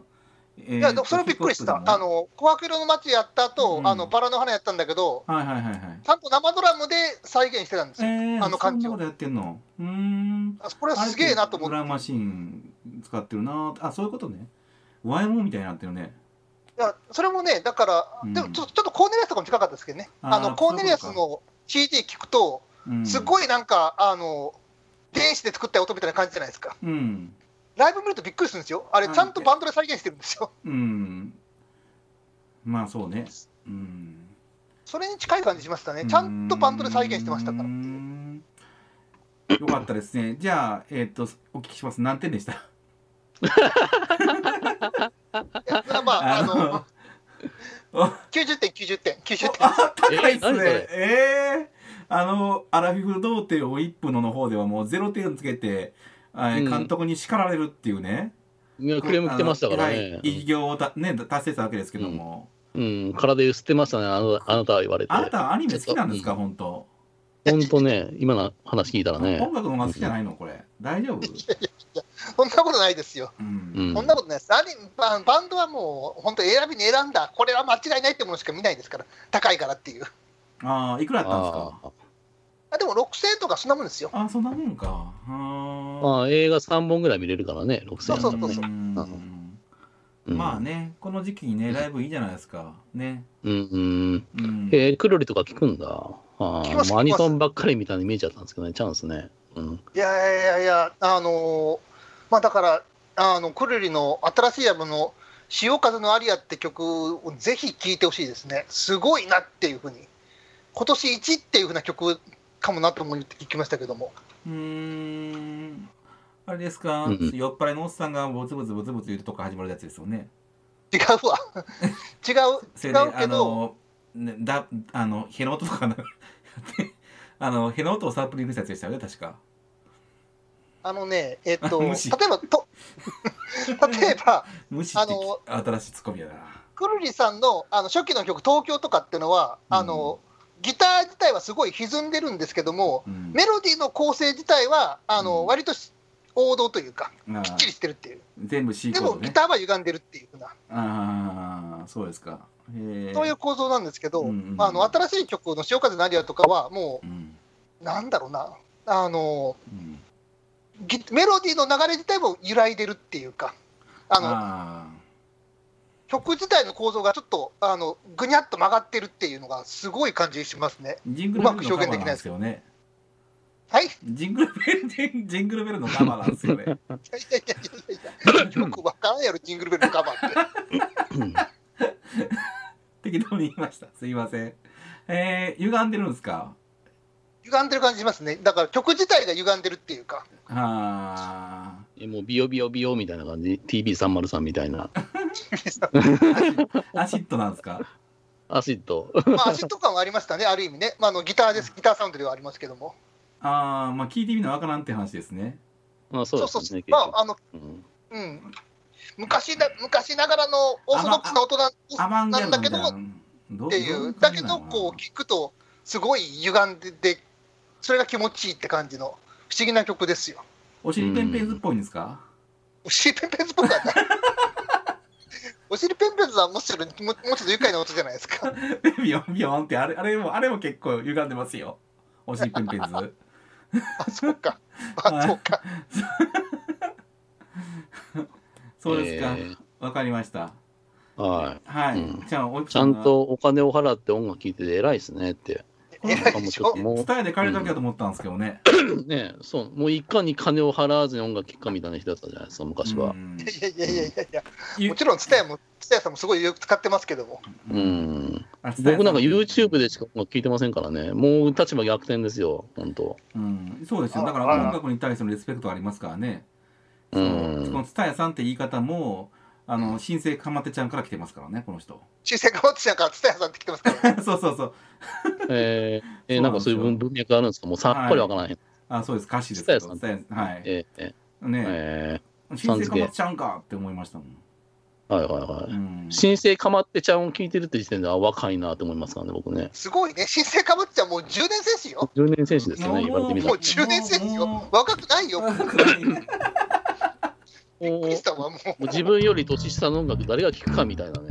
[SPEAKER 3] えー
[SPEAKER 1] いや、でもそれびっくりした、あの琥珀色の街やった後、
[SPEAKER 3] うん
[SPEAKER 1] あのバラの花やったんだけど、
[SPEAKER 3] はいはいはいはい
[SPEAKER 1] ちゃんと生ドラムで再現してたんです
[SPEAKER 3] え
[SPEAKER 1] よ。
[SPEAKER 3] ー、
[SPEAKER 1] あの感じ
[SPEAKER 3] そんなことやってんのうーん
[SPEAKER 1] あこれはすげえなと思
[SPEAKER 3] あれってドラム
[SPEAKER 1] っ
[SPEAKER 3] マシン使ってるなあそういうことね YMO みたいになってるね
[SPEAKER 1] て、いやそれもね、だから、
[SPEAKER 3] うん
[SPEAKER 1] でもちょちょっとコーネリアスとかも近かったですけどね、
[SPEAKER 3] あー
[SPEAKER 1] あのコーネリアス
[SPEAKER 3] そういう
[SPEAKER 1] の CD 聞くと、
[SPEAKER 3] うん
[SPEAKER 1] す
[SPEAKER 3] い
[SPEAKER 1] ごいなんか、あの電子で作った音みたいな感じじゃないですか、
[SPEAKER 3] うん
[SPEAKER 1] ライブ見るとびっくりするんですよ、あれ、
[SPEAKER 3] はい
[SPEAKER 1] ちゃんとバンドで再現してるんですよ。
[SPEAKER 3] うんまあそうねうん
[SPEAKER 1] それに近い感じしましたね。ちゃんとバンドで再現してましたから
[SPEAKER 3] う
[SPEAKER 1] っ
[SPEAKER 3] ー
[SPEAKER 1] ていうん
[SPEAKER 3] よかったですね。じゃあ、えっ、と、お聞きします。何点でした
[SPEAKER 1] いやだからまあ、あの、
[SPEAKER 3] お
[SPEAKER 1] 90点、90点、90点。
[SPEAKER 3] あ、高い
[SPEAKER 2] え
[SPEAKER 3] っす
[SPEAKER 2] 何そ
[SPEAKER 3] ね
[SPEAKER 2] れ。
[SPEAKER 3] ええあの、アラフィフ童貞を一分のの方ではもうゼロ点つけて、あ
[SPEAKER 2] うん
[SPEAKER 3] 監督に叱られるっていうね。
[SPEAKER 2] いやクレーム来てましたから
[SPEAKER 3] あの
[SPEAKER 2] ね
[SPEAKER 3] 偉。い偉業をた、ね、達成したわけですけども。
[SPEAKER 2] うん、体で捨てましたね、あのあなたは言われて。
[SPEAKER 3] あなたアニメ好きなんですか、
[SPEAKER 2] ち
[SPEAKER 3] 本当。
[SPEAKER 2] ほんとね、今の話聞いたらね
[SPEAKER 3] 音。楽の方が好きじゃないのこれ。大丈夫
[SPEAKER 1] そんなことないですよ。
[SPEAKER 3] う。
[SPEAKER 2] うんん
[SPEAKER 1] そんなことないです。アニバンバンドはもう、本当選びに選んだ、これは間違いないってものしか見ないですから、高いからっていう。
[SPEAKER 3] ああ、いくらだったんですか
[SPEAKER 2] あー
[SPEAKER 1] あでも6000円とかそんなもんですよ。
[SPEAKER 3] ああ、そんなもんか。ああ。
[SPEAKER 2] まあ、映画3本ぐらい見れるからね、6000
[SPEAKER 1] そうそうそうそう
[SPEAKER 3] ーん
[SPEAKER 2] うん
[SPEAKER 3] まあね、この時期にね、ライブいいじゃないですか。ね。
[SPEAKER 2] うんうん。
[SPEAKER 3] うん。
[SPEAKER 2] えー、くるりとか聞くんだ。あ
[SPEAKER 1] 聞き
[SPEAKER 2] ー
[SPEAKER 1] ます
[SPEAKER 2] もうアニソ
[SPEAKER 1] 聞き
[SPEAKER 2] ンばっかりみたいに見えちゃったんですけどね、チャンスね。うん。
[SPEAKER 1] いやいやいやいや、あのーまあだから、あの、くるりの新しいアルバムの、潮風のアリアって曲をぜひ聴いてほしいですね。すごいなっていうふうに。今年1っていうふうな曲かもなと思って聞きましたけども。
[SPEAKER 3] うーん。あれですか、
[SPEAKER 2] うんうん
[SPEAKER 3] 酔っ払いのおっさんがボツボツボツボツ言うとこ始まるやつですよね。
[SPEAKER 1] 違う わ。違う、違う
[SPEAKER 3] あ
[SPEAKER 1] けど、
[SPEAKER 3] の、ね、だあの、ヘの音とかな あの、ヘの音をサンプリングしたやつでしたよね、確か。
[SPEAKER 1] あのね、えっと、例
[SPEAKER 3] 無視
[SPEAKER 1] えば、と、例えば、
[SPEAKER 3] 無視って
[SPEAKER 1] あの
[SPEAKER 3] 新しいツッコミやな。
[SPEAKER 1] くるりさんのあの初期の曲、東京とかっていうのは、あの、ギター自体はすごい歪んでるんですけども、
[SPEAKER 3] うん
[SPEAKER 1] メロディーの構成自体は、あの、
[SPEAKER 3] うん
[SPEAKER 1] 割とし王道というか、
[SPEAKER 3] あ
[SPEAKER 1] きっ
[SPEAKER 3] ー
[SPEAKER 1] ちりしてるっていう。
[SPEAKER 3] 全部 C コ
[SPEAKER 1] で
[SPEAKER 3] ード
[SPEAKER 1] も、
[SPEAKER 3] ね
[SPEAKER 1] ギ。ターは歪んでるっていうふうな、
[SPEAKER 3] ああ、そうですか。へえ
[SPEAKER 1] そういう構造なんですけど、
[SPEAKER 3] うんうん
[SPEAKER 1] まあ、あの新しい曲の潮風ナリアとかは、も
[SPEAKER 3] うん
[SPEAKER 1] う、なんだろうな、あの、
[SPEAKER 3] うん
[SPEAKER 1] ギメロディーの流れ自体も揺らいでるっていうか、あの、
[SPEAKER 3] あ
[SPEAKER 1] 曲自体の構造がちょっとあのぐにゃっと曲がってるっていうのがすごい感じしますね。
[SPEAKER 3] ージングルベルのカバーなんですよね。
[SPEAKER 1] はい、い
[SPEAKER 3] ジングルベル、ジンジングルベルのカバーなんですよね。
[SPEAKER 1] やいやいやいやいや、よくわからんやろ、ジングルベルのカバーって。
[SPEAKER 3] 適当に言いました。すいません。えー、歪んでるんですか
[SPEAKER 1] 歪んでる感じしますね。だから曲自体が歪んでるっていう か、
[SPEAKER 3] あ
[SPEAKER 2] えもうビヨビヨビヨみたいな感じ、TB303 みたいな、
[SPEAKER 3] ー、アシッドなんですか
[SPEAKER 2] アシッド。
[SPEAKER 1] まあ、アシッド感はありましたね、ある意味ね。まあ、あのギターです、ギターサウンドではありますけども。
[SPEAKER 3] あー、まあ聞いてみなわからんって話ですね。
[SPEAKER 2] まあそうですね、
[SPEAKER 1] そうそう
[SPEAKER 2] 結
[SPEAKER 1] ま
[SPEAKER 2] 局
[SPEAKER 1] あ、あの、
[SPEAKER 2] うん
[SPEAKER 1] うん。昔だ昔ながらのオーソドックスな大人
[SPEAKER 3] アバンギャルドみたい
[SPEAKER 1] な
[SPEAKER 3] なん
[SPEAKER 1] だけ。
[SPEAKER 3] ど
[SPEAKER 1] っていう、
[SPEAKER 3] ど
[SPEAKER 1] だ
[SPEAKER 3] 感
[SPEAKER 1] け
[SPEAKER 3] じなの
[SPEAKER 1] ど、
[SPEAKER 3] かな
[SPEAKER 1] こう聞くと、すごい歪んでて、それが気持ちいいって感じの不思議な曲ですよ。
[SPEAKER 3] お尻ペンペンズっぽいんですか
[SPEAKER 1] お尻ペンペンズっぽくはない。お尻ペンペンズはむしろももうちょっと愉快な音じゃないですか。
[SPEAKER 3] ビヨンビヨンってあれあれもあれも結構歪んでますよ。お尻ペンペンズ。
[SPEAKER 1] あ、そうか。あ、そうか。
[SPEAKER 3] そうですか
[SPEAKER 2] え。ー
[SPEAKER 3] わ、かりました。
[SPEAKER 2] はい。
[SPEAKER 3] はい。
[SPEAKER 2] うん
[SPEAKER 3] じゃあ、おいくつ
[SPEAKER 2] ちゃんとお金を払って音楽聴いてて偉いですねって。
[SPEAKER 1] 偉
[SPEAKER 2] も
[SPEAKER 1] いうでし
[SPEAKER 2] ちょっ
[SPEAKER 1] ょ
[SPEAKER 2] と。も
[SPEAKER 3] 伝えで借りるだけだと思ったんですけどね。
[SPEAKER 2] う、ね、そう、もういかに金を払わずに音楽聴くかみたいな人だったじゃないですか、昔は
[SPEAKER 3] う。ん
[SPEAKER 1] いやいやいやいやい
[SPEAKER 3] ゆ
[SPEAKER 1] や。もちろん、ツタヤも、ツタヤさんもすごいよく使ってますけども。
[SPEAKER 2] うん。
[SPEAKER 3] あ蔦屋さ
[SPEAKER 2] 僕なんか YouTube でしか音楽聴いてませんからね、もう立場逆転ですよ、本当。
[SPEAKER 3] うん、そうですよ。だから
[SPEAKER 1] あら
[SPEAKER 3] 音楽に対してのリスペクトありますからね。
[SPEAKER 2] う
[SPEAKER 3] そうこ
[SPEAKER 2] ん。
[SPEAKER 3] の蔦屋さんって言い方も、あの、新生かまってちゃんから来てますからね、こ の人。
[SPEAKER 1] 新鮮が終わってきたから、ツタヤさんって来てますから、ね。
[SPEAKER 3] そうそうそう。
[SPEAKER 2] えーえー
[SPEAKER 3] そう
[SPEAKER 2] な
[SPEAKER 3] なんん
[SPEAKER 2] か
[SPEAKER 3] ですよ
[SPEAKER 2] そういう文文脈あるんですかもうさっぱりわからへん。
[SPEAKER 3] あ、そうです。歌詞ですけど。
[SPEAKER 2] 蔦
[SPEAKER 3] 蔦屋はい。
[SPEAKER 2] えーえー
[SPEAKER 3] ね、
[SPEAKER 2] え
[SPEAKER 3] 新生かまってちゃんかって思いましたもん。
[SPEAKER 2] ーはいはいはい。
[SPEAKER 3] うん
[SPEAKER 2] 新生かまってちゃんを聞いてるって時点で、あ、若いなと思いますからね、僕ね。
[SPEAKER 1] すごいね。新鮮かぶっちゃもう10年選手よ。
[SPEAKER 2] 10年選手ですよね、言われてみた
[SPEAKER 1] も
[SPEAKER 2] ら
[SPEAKER 1] う。10年選手よ。若くないよ。びっくりしたわ、もう。
[SPEAKER 2] もう自分より年下の音楽誰が聴くかみたいなね。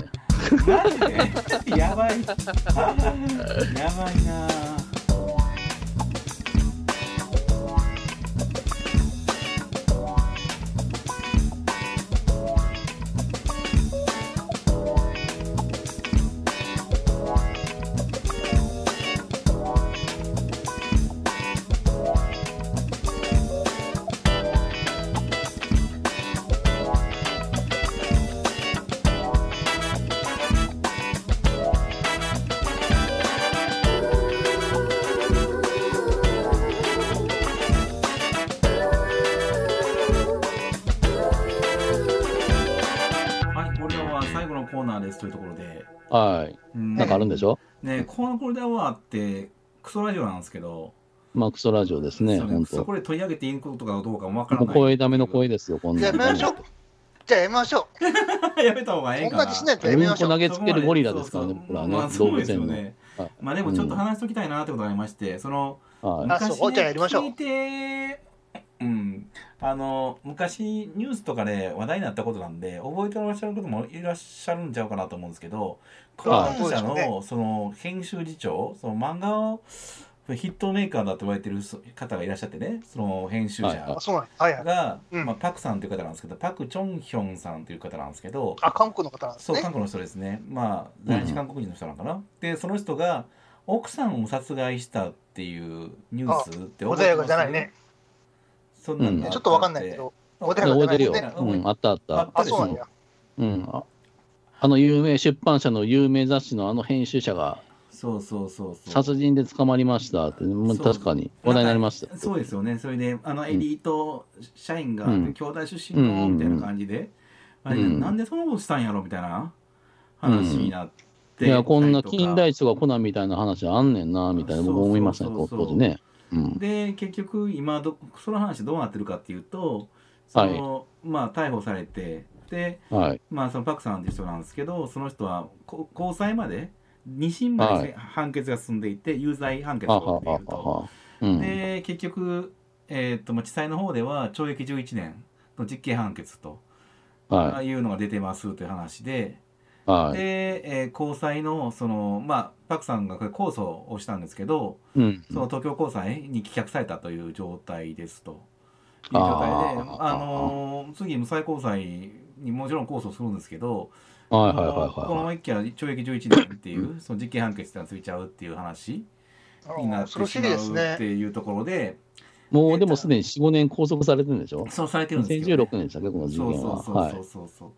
[SPEAKER 3] マジで やばいやばいなあ
[SPEAKER 4] 「
[SPEAKER 3] 最後のコーナーですというところで、
[SPEAKER 2] はい。
[SPEAKER 3] うん
[SPEAKER 2] なんかあるんでしょ
[SPEAKER 3] ねこのコーナーはってクソラジオなんですけど、
[SPEAKER 2] まあ、クソラジオですね、
[SPEAKER 3] そうね
[SPEAKER 2] 本
[SPEAKER 3] そ
[SPEAKER 2] 当。
[SPEAKER 3] こで取り上げていいことかどうかもわから
[SPEAKER 2] も
[SPEAKER 3] な
[SPEAKER 2] う
[SPEAKER 3] い
[SPEAKER 2] 声ダメの声ですよ、こん
[SPEAKER 1] じゃ
[SPEAKER 2] な
[SPEAKER 1] あや
[SPEAKER 2] ん
[SPEAKER 1] めましょう。じゃあやめましょう。
[SPEAKER 3] やめた方がええ
[SPEAKER 1] そ
[SPEAKER 3] ん
[SPEAKER 1] ん
[SPEAKER 3] か
[SPEAKER 1] な
[SPEAKER 3] な
[SPEAKER 1] にしないとや
[SPEAKER 2] うん
[SPEAKER 1] めまし
[SPEAKER 2] こ
[SPEAKER 1] ょう。
[SPEAKER 2] 投げつけるゴリラですからね、僕らはね、
[SPEAKER 3] まあ、そ
[SPEAKER 2] 動
[SPEAKER 3] う
[SPEAKER 2] 物
[SPEAKER 3] ですよ
[SPEAKER 2] 園の。
[SPEAKER 3] ね
[SPEAKER 2] はい。
[SPEAKER 3] まあでもちょっと話しときたいなってことがありまして、その、
[SPEAKER 2] は
[SPEAKER 1] あそう
[SPEAKER 3] 昔、ね、
[SPEAKER 1] じゃあやりましょう
[SPEAKER 3] 聞いて、うん、あの、昔ニュースとかで話題になったことなんで、覚えてらっしゃることもいらっしゃるんちゃうかなと思うんですけど、講
[SPEAKER 2] はい
[SPEAKER 3] 談社
[SPEAKER 1] そうですよ
[SPEAKER 3] の、その、編集次長、その漫画を、ヒットメーカーだと言われてる方がいらっしゃってね、その編集
[SPEAKER 2] はいは
[SPEAKER 3] 者
[SPEAKER 1] あ、そうなんです。はいはい。
[SPEAKER 3] が、
[SPEAKER 1] うん
[SPEAKER 3] まあ、パクさんという方なんですけど、パク・チョンヒョンさんという方なんですけど、
[SPEAKER 1] あ、韓国の方なんです
[SPEAKER 3] そう、
[SPEAKER 1] ね。
[SPEAKER 3] 韓国の人ですね。まあ、在日韓国人の人なのかな。で、その人が奥さんを殺害したっていうニュースって
[SPEAKER 1] 穏
[SPEAKER 3] 覚えて
[SPEAKER 1] や
[SPEAKER 3] ま
[SPEAKER 1] か
[SPEAKER 3] す
[SPEAKER 1] じゃないね。。
[SPEAKER 3] そんなのがあ
[SPEAKER 1] ちょっとわかんないけど。
[SPEAKER 3] あっ
[SPEAKER 1] 穏
[SPEAKER 2] い。
[SPEAKER 3] て。
[SPEAKER 1] やか
[SPEAKER 2] 覚えてる
[SPEAKER 1] じゃ
[SPEAKER 2] よ
[SPEAKER 1] ない
[SPEAKER 3] ね。
[SPEAKER 2] うん、あったあっ。
[SPEAKER 3] あった
[SPEAKER 1] あ、そうなんや。
[SPEAKER 2] うん。ああの有名出版社の有名雑誌のあの編集者が
[SPEAKER 3] そうそうそうそう。
[SPEAKER 2] 殺人で捕まりましたって、まあ
[SPEAKER 3] そう
[SPEAKER 2] 確かに話題になりましたよ。
[SPEAKER 3] そうですよね。それで、あのエリート社員が、
[SPEAKER 2] うん
[SPEAKER 3] 兄弟出身のみたいな感じで、あれ
[SPEAKER 2] うん
[SPEAKER 3] なんでそのことしたんやろみたいな話になって。
[SPEAKER 2] いや、こんな近代一がコナンみたいな話あんねんな、みたいな僕思いましたね、
[SPEAKER 3] そうそうそうそう
[SPEAKER 2] 当時ね。うん。
[SPEAKER 3] で結局今どその話どうなってるかっていうとその、まあ逮捕されてで
[SPEAKER 2] はい。
[SPEAKER 3] まあそのパクさんっていう人なんですけどその人はこ高裁まで二審ま
[SPEAKER 2] は
[SPEAKER 3] で判決が進んでいて、有罪判決
[SPEAKER 2] は
[SPEAKER 3] が
[SPEAKER 2] はは
[SPEAKER 3] 出ている
[SPEAKER 2] は
[SPEAKER 3] と。
[SPEAKER 2] は。うん。
[SPEAKER 3] で結局、えー、とまあ地裁の方では懲役11年の実刑判決と
[SPEAKER 2] はい
[SPEAKER 3] いうのが出てますという話で、
[SPEAKER 2] い。はい。
[SPEAKER 3] で、えー高裁のその、まあ、パクさんがこれ控訴をしたんですけど、
[SPEAKER 2] うん。
[SPEAKER 3] その東京高裁に棄却されたという状態ですと。いう
[SPEAKER 2] あー
[SPEAKER 3] 状態で、あのー次、無罪高裁にもちろん控訴するんですけど、
[SPEAKER 2] はいはいはい
[SPEAKER 3] このま
[SPEAKER 2] は
[SPEAKER 3] ま一気は懲役11年っていう、その実刑判決がついちゃうっていう話に
[SPEAKER 1] あ
[SPEAKER 3] なって
[SPEAKER 1] 恐ろし
[SPEAKER 3] し
[SPEAKER 1] い
[SPEAKER 3] ま
[SPEAKER 1] です
[SPEAKER 3] うっ
[SPEAKER 1] ね
[SPEAKER 3] て。いうところで、
[SPEAKER 2] い。もうでもすでに4、5年拘束されてるんでしょ
[SPEAKER 3] そうされてるんですけど、
[SPEAKER 2] 2016年でしたっけ、この事
[SPEAKER 3] そう
[SPEAKER 2] 件
[SPEAKER 3] そ
[SPEAKER 2] は。
[SPEAKER 3] うそう
[SPEAKER 2] は
[SPEAKER 3] そ。
[SPEAKER 2] いう
[SPEAKER 3] そうそう。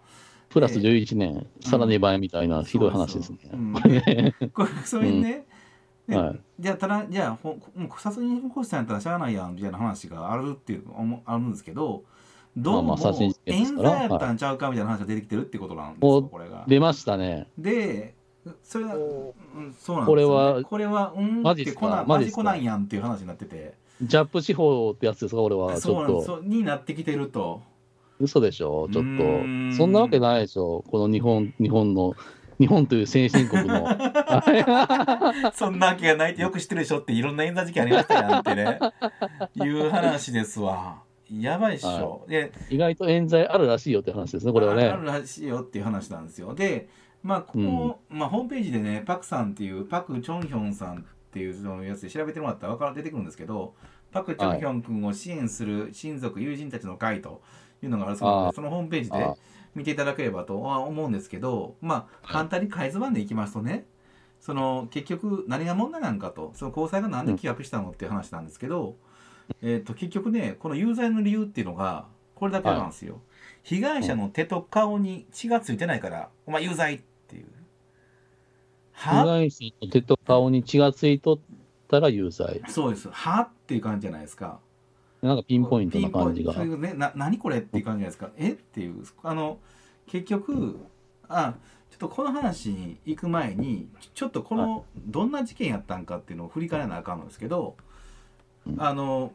[SPEAKER 2] プラス11年、さらに倍みたいなひどい話ですね。
[SPEAKER 3] そうですようんこれ、それね、ね
[SPEAKER 2] はい
[SPEAKER 3] じゃあただじゃあほもう殺人起こしたんやったらしゃあないやんみたいな話があるっていうおもあるんですけどど
[SPEAKER 2] ま
[SPEAKER 3] うも
[SPEAKER 2] あまあ殺人事件です
[SPEAKER 3] 冤
[SPEAKER 2] か
[SPEAKER 3] 罪
[SPEAKER 2] ら
[SPEAKER 3] やったんちゃうかみたいな話が出てきてるってことなんですよ
[SPEAKER 2] お
[SPEAKER 3] これが。
[SPEAKER 2] 出ましたね。
[SPEAKER 3] でそれ
[SPEAKER 1] お
[SPEAKER 3] が、
[SPEAKER 1] ー
[SPEAKER 3] うん、そうなんですよね
[SPEAKER 2] これは
[SPEAKER 3] これはうん
[SPEAKER 2] マ
[SPEAKER 3] っ
[SPEAKER 2] ジってすか
[SPEAKER 3] コナン
[SPEAKER 2] マ
[SPEAKER 3] マ
[SPEAKER 2] ジっ
[SPEAKER 3] ジ
[SPEAKER 2] すか
[SPEAKER 3] コナンやんっていう話になってて
[SPEAKER 2] ジャップ司法ってやつですか、俺は。ち
[SPEAKER 3] そう
[SPEAKER 2] ょっ
[SPEAKER 3] なんです
[SPEAKER 2] と、
[SPEAKER 3] そうになってきてると
[SPEAKER 2] 嘘でしょ、ちょ
[SPEAKER 3] う
[SPEAKER 2] っ
[SPEAKER 3] ーん
[SPEAKER 2] と。そんなわけないでしょ、この日本、日本の、日本という先進国の。
[SPEAKER 3] そんなわけがないってよく知ってるでしょっていろんな冤罪事件ありましたやんってねいう話ですわやばいっしょ、で
[SPEAKER 2] 意外と冤罪あるらしいよって話ですね、これは
[SPEAKER 3] ああ
[SPEAKER 2] ね。
[SPEAKER 3] るらしいよっていう話なんですよ。で、まあ、ここ、まあ、ホームページでね、パクさんっていう、パク・チョンヒョンさんっていうそのやつで調べてもらったら分から出てくるんですけど、パク・チョンヒョン君を支援する親族、友人たちの会というのがあるそうなの
[SPEAKER 2] あー
[SPEAKER 3] で、そのホームページ
[SPEAKER 2] あ
[SPEAKER 3] で
[SPEAKER 2] ー
[SPEAKER 3] 見ていただければとは思うんですけど、まあ、簡単に改図版でいきますとね、その結局何が問題なんかと、その交際がなんで棄却したのっていう話なんですけど、えー、と結局ね、この有罪の理由っていうのが、これだけなんですよ。被害者の手と顔に血がついてないから、お前有罪っていう。
[SPEAKER 2] 被
[SPEAKER 3] は
[SPEAKER 2] 害者の手と顔に血がついとったら有罪。
[SPEAKER 3] そうです。はっていう感じじゃないですか。
[SPEAKER 2] なんかピンポイントな感じが
[SPEAKER 3] ピン。ポイントそういうね、な何これっていう感じじゃないですか。えっていう。あの、結局、あ、ちょっとこの話に行く前に、ちょちょっとこの、どんな事件やったんかっていうのを振り返らなあかんのですけど
[SPEAKER 2] う、ん
[SPEAKER 3] あの、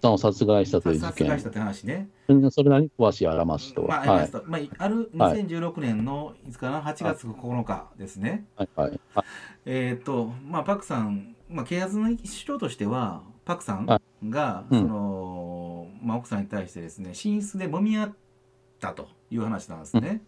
[SPEAKER 2] さんを殺害したという事
[SPEAKER 3] 殺害
[SPEAKER 2] 件
[SPEAKER 3] し。たって話ね。
[SPEAKER 2] それなりに詳しいあらましとは。
[SPEAKER 3] まあ、あり
[SPEAKER 2] は
[SPEAKER 3] ま
[SPEAKER 2] い
[SPEAKER 3] し。た。まあ、ある2016年の、いつかな、8月9日ですね。
[SPEAKER 2] はい。はい。
[SPEAKER 3] えー、とまあパクさん、まあ、警察の主張としてはパクさん
[SPEAKER 2] は
[SPEAKER 3] が、
[SPEAKER 2] うん
[SPEAKER 3] そのまあ、奥さんに対してですね寝室で揉み合ったという話なんですね。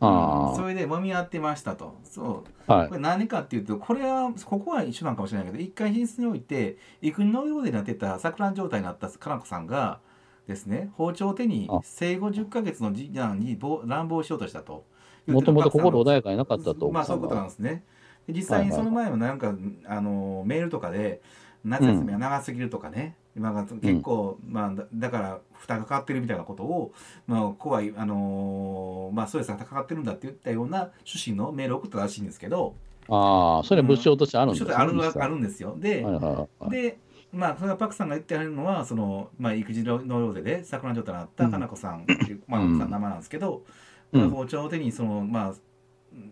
[SPEAKER 2] あ
[SPEAKER 3] それで揉み合ってましたと。そう
[SPEAKER 2] あ。はい
[SPEAKER 3] こ。れ何かっていうとこれはここは一緒なんかもしれないけど一回寝室において育のようになってた錯乱状態になったかな子さんがですね包丁を手に
[SPEAKER 2] あ
[SPEAKER 3] 生後10ヶ月の次男に暴乱暴しようとしたと。
[SPEAKER 2] もともと心
[SPEAKER 3] を
[SPEAKER 2] 穏やかになかったと。
[SPEAKER 3] まあそういうことなんですね。で実際に
[SPEAKER 2] はい
[SPEAKER 3] そ
[SPEAKER 2] はい
[SPEAKER 3] の前もなんか、あのメールとかで夏休みは長すぎるとかね、今が結構、まあだだから負担がかかってるみたいなことを、まあ、怖いあのーまあストレスがかかってるんだって言ったような趣旨のメールを送ったらしいんですけど、
[SPEAKER 2] ああ、それは物証としてあるんです
[SPEAKER 3] ちょっ
[SPEAKER 2] ね
[SPEAKER 3] とある
[SPEAKER 2] 実際
[SPEAKER 3] あるんですよ。で、
[SPEAKER 2] はいはいはい。
[SPEAKER 3] で、まあ、それはパクさんが言ってあるのは、その、まあ、育児のようでね、錯乱状態になった
[SPEAKER 2] うん
[SPEAKER 3] 花子さんっていう、まあ、
[SPEAKER 2] うん
[SPEAKER 3] 奥さんの名前なんですけど、
[SPEAKER 2] うん
[SPEAKER 3] 包丁を手にその、まあ、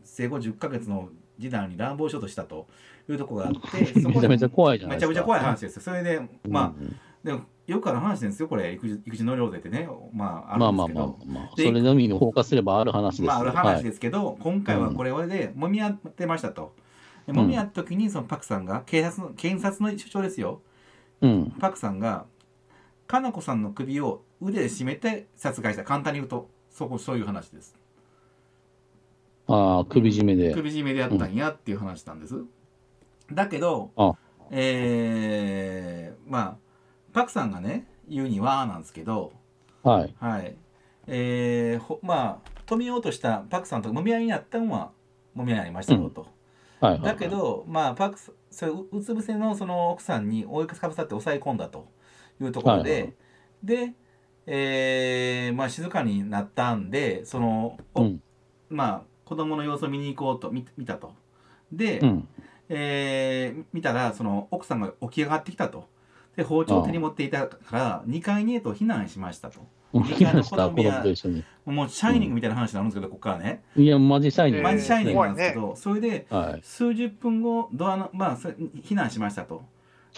[SPEAKER 3] 生後10ヶ月の次男に乱暴しようとしたというところが あって、そこ
[SPEAKER 2] めちゃめちゃ怖いじゃないで
[SPEAKER 3] め
[SPEAKER 2] すか。
[SPEAKER 3] ちゃめちゃ怖い話ですよ。それで、
[SPEAKER 2] うん。
[SPEAKER 3] まあ、でもよくある話ですよ、これ、育児育児の量でってね、まあ、あ
[SPEAKER 2] ま
[SPEAKER 3] る
[SPEAKER 2] あ
[SPEAKER 3] ん
[SPEAKER 2] ますあ
[SPEAKER 3] でけ
[SPEAKER 2] まあ
[SPEAKER 3] ど、
[SPEAKER 2] まあ、そ
[SPEAKER 3] で
[SPEAKER 2] れのみに放火すればある話ですよ。
[SPEAKER 3] まあ、ある話
[SPEAKER 2] はい
[SPEAKER 3] ですけど、今回はこれで揉み合ってましたと。で
[SPEAKER 2] うん
[SPEAKER 3] 揉み合った時に、そのパクさんが、警察の、検察の主張ですよ、
[SPEAKER 2] うん。
[SPEAKER 3] パクさんが、かなこさんの首を腕で絞めて殺害した、簡単に言うと、そこそういう話です。
[SPEAKER 2] ああ、首絞めで。
[SPEAKER 3] 首絞めでやったんやっていう話なんです。だけど
[SPEAKER 2] あ、
[SPEAKER 3] えー、まあ、パクさんがね、言うにはなんですけど、
[SPEAKER 2] はい。
[SPEAKER 3] はい。えーほまあ、止めようとしたパクさんと揉み合いになったのは揉み合いになりましたよと。
[SPEAKER 2] はいはいはい。
[SPEAKER 3] だけど、まあ、パクさんそれううつ伏せのその奥さんに覆いかぶさって抑え込んだというところで、
[SPEAKER 2] はいはい
[SPEAKER 3] で、えーまあ、静かになったんで、その、お
[SPEAKER 2] うん。
[SPEAKER 3] まあ、子供の様子を見に行こうと見見たと。で、
[SPEAKER 2] うん。
[SPEAKER 3] えー見たらその奥さんが起き上がってきたと。で包丁を手に持っていたから2階にへと避難しましたと。
[SPEAKER 2] 起きました、子供と一緒に。
[SPEAKER 3] もうシャイニングみたいな話になるんですけど、ここからね。
[SPEAKER 2] いや、マジシャイニング
[SPEAKER 3] マ
[SPEAKER 2] で
[SPEAKER 3] ジ
[SPEAKER 2] す
[SPEAKER 3] シ
[SPEAKER 2] ね
[SPEAKER 3] ャイニングなんですけど、それで
[SPEAKER 2] はい。
[SPEAKER 3] 数十分後、ドアの、まあ、それ避難しましたと。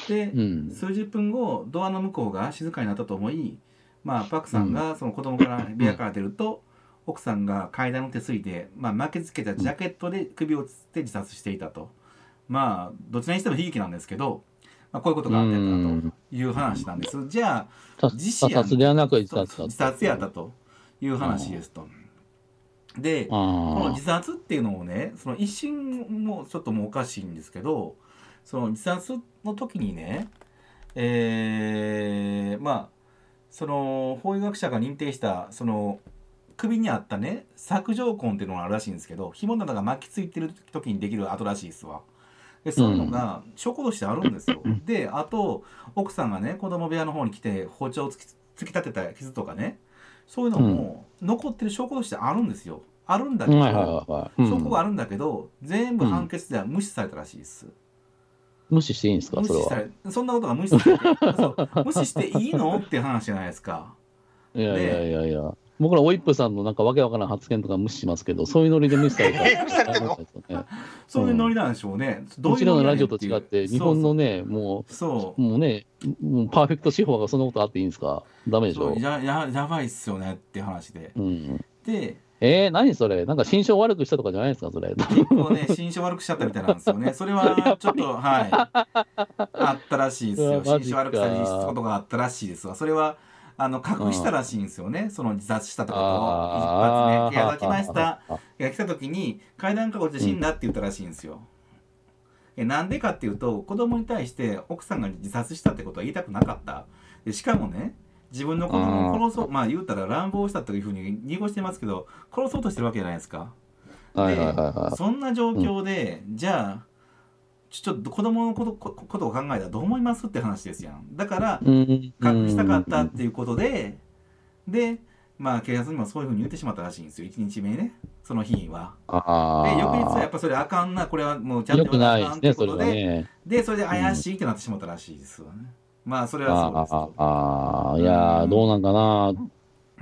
[SPEAKER 3] で、
[SPEAKER 2] うん。
[SPEAKER 3] 数十分後、ドアの向こうが静かになったと思い、まあ、パクさんがその子供から部屋から出ると、奥さんが階段の手すりで、まあ、巻きつけたジャケットで首をつって自殺していたと。まあ、どちらにしても悲劇なんですけど、まあ、こういうことがあっ
[SPEAKER 2] う
[SPEAKER 3] たや
[SPEAKER 2] ん
[SPEAKER 3] という話なんです。じゃあ、
[SPEAKER 2] 他
[SPEAKER 3] 自
[SPEAKER 2] 他
[SPEAKER 3] 死やん
[SPEAKER 2] 殺ではなく自
[SPEAKER 3] そう
[SPEAKER 2] 殺だった。
[SPEAKER 3] 自殺やったという話ですと。で、この
[SPEAKER 2] ああ
[SPEAKER 3] 自。殺っていうのをねその一審もちょっともうおかしいんですけどその自殺の時にねえーまあその法医学者が認定したその首にあったね索条痕っていうのがあるらしいんですけど紐などが巻きついてる時にできる跡らしいですわ。でそういうのが証拠としてあるんですよ。であと奥さんがね子供部屋の方に来て包丁を突き突き立てた傷とかねそういうのも残ってる証拠としてあるんですよ。あるんだけど、
[SPEAKER 2] はいはいはいはい。うん
[SPEAKER 3] 証拠があるんだけど、全部判決では無視されたらしいです。
[SPEAKER 2] 無視していいんですか、
[SPEAKER 3] 無
[SPEAKER 2] それ
[SPEAKER 3] 視さ
[SPEAKER 2] は。
[SPEAKER 3] れそんなことが無視されて そう無視していいのっていう話じゃないですか。
[SPEAKER 2] いやいやいやいや。僕らオイップさんのなんかわけわからん発言とか無視しますけど、そういうノリで無視され た
[SPEAKER 1] 無視されてんの
[SPEAKER 2] あれですよね
[SPEAKER 3] そういうノリなんでしょうね。ど
[SPEAKER 2] う
[SPEAKER 3] うい
[SPEAKER 2] ち
[SPEAKER 3] う
[SPEAKER 2] らの
[SPEAKER 3] リな
[SPEAKER 2] ラ
[SPEAKER 3] ん
[SPEAKER 2] ジ
[SPEAKER 3] や
[SPEAKER 2] オと違って、日本のね、も
[SPEAKER 3] そう
[SPEAKER 2] う、もうね、もうパーフェクト司法がそのことあっていいんですかダメでし
[SPEAKER 3] そう
[SPEAKER 2] ょ
[SPEAKER 3] そうやややばいっすよねっていう話で。
[SPEAKER 2] うん。
[SPEAKER 3] で
[SPEAKER 2] えー、何それなんか心象悪くしたとかじゃないですか、それ。
[SPEAKER 3] 結構ね心象悪くしちゃったみたいなんですよ ね。それはちょっとはいあったらしいです
[SPEAKER 2] う
[SPEAKER 3] よ。
[SPEAKER 2] わマ
[SPEAKER 3] 心
[SPEAKER 2] ジ
[SPEAKER 3] 象
[SPEAKER 2] か
[SPEAKER 3] 悪くされることがあったらしいですわ。それはあの隠したらしいんですよね。その自殺したってことを
[SPEAKER 2] あー
[SPEAKER 3] 一発ね。いやだきました。
[SPEAKER 2] あ
[SPEAKER 3] が来た時に階段から落ちて死んだって言ったらしいんですよ。えなんでかっていうと子供に対して奥さんが自殺したってことは言いたくなかった。でしかもね自分の子供を殺そうまあ言うたら乱暴したというふうに濁してますけど殺そうとしてるわけじゃないですか。
[SPEAKER 2] はいはいはいは
[SPEAKER 3] そんな状況で、じゃあちょちょっと子供のことこことを考えたらどう思いますって話ですやん。だから
[SPEAKER 2] い。うん
[SPEAKER 3] 隠したかったっていうことで、で、まあ、警察にもそういうふうに言ってしまったらしいんですよ、1日目ね、その日は。
[SPEAKER 2] あ
[SPEAKER 3] で、
[SPEAKER 2] あ。
[SPEAKER 3] 翌日はやっぱそれあかんな、これはもうちゃんと
[SPEAKER 2] よく
[SPEAKER 3] 言わ
[SPEAKER 2] な
[SPEAKER 3] あ
[SPEAKER 2] い
[SPEAKER 3] か
[SPEAKER 2] で
[SPEAKER 3] んっ
[SPEAKER 2] す
[SPEAKER 3] て
[SPEAKER 2] ね、
[SPEAKER 3] こ
[SPEAKER 2] それは
[SPEAKER 3] とで、
[SPEAKER 2] ね。
[SPEAKER 3] で、それで怪しいってなってしまったらしいですわね。まあ、それ
[SPEAKER 2] あ
[SPEAKER 3] はそう
[SPEAKER 2] あ
[SPEAKER 3] です、と
[SPEAKER 2] ああ、いやー、どうなんかな。
[SPEAKER 3] う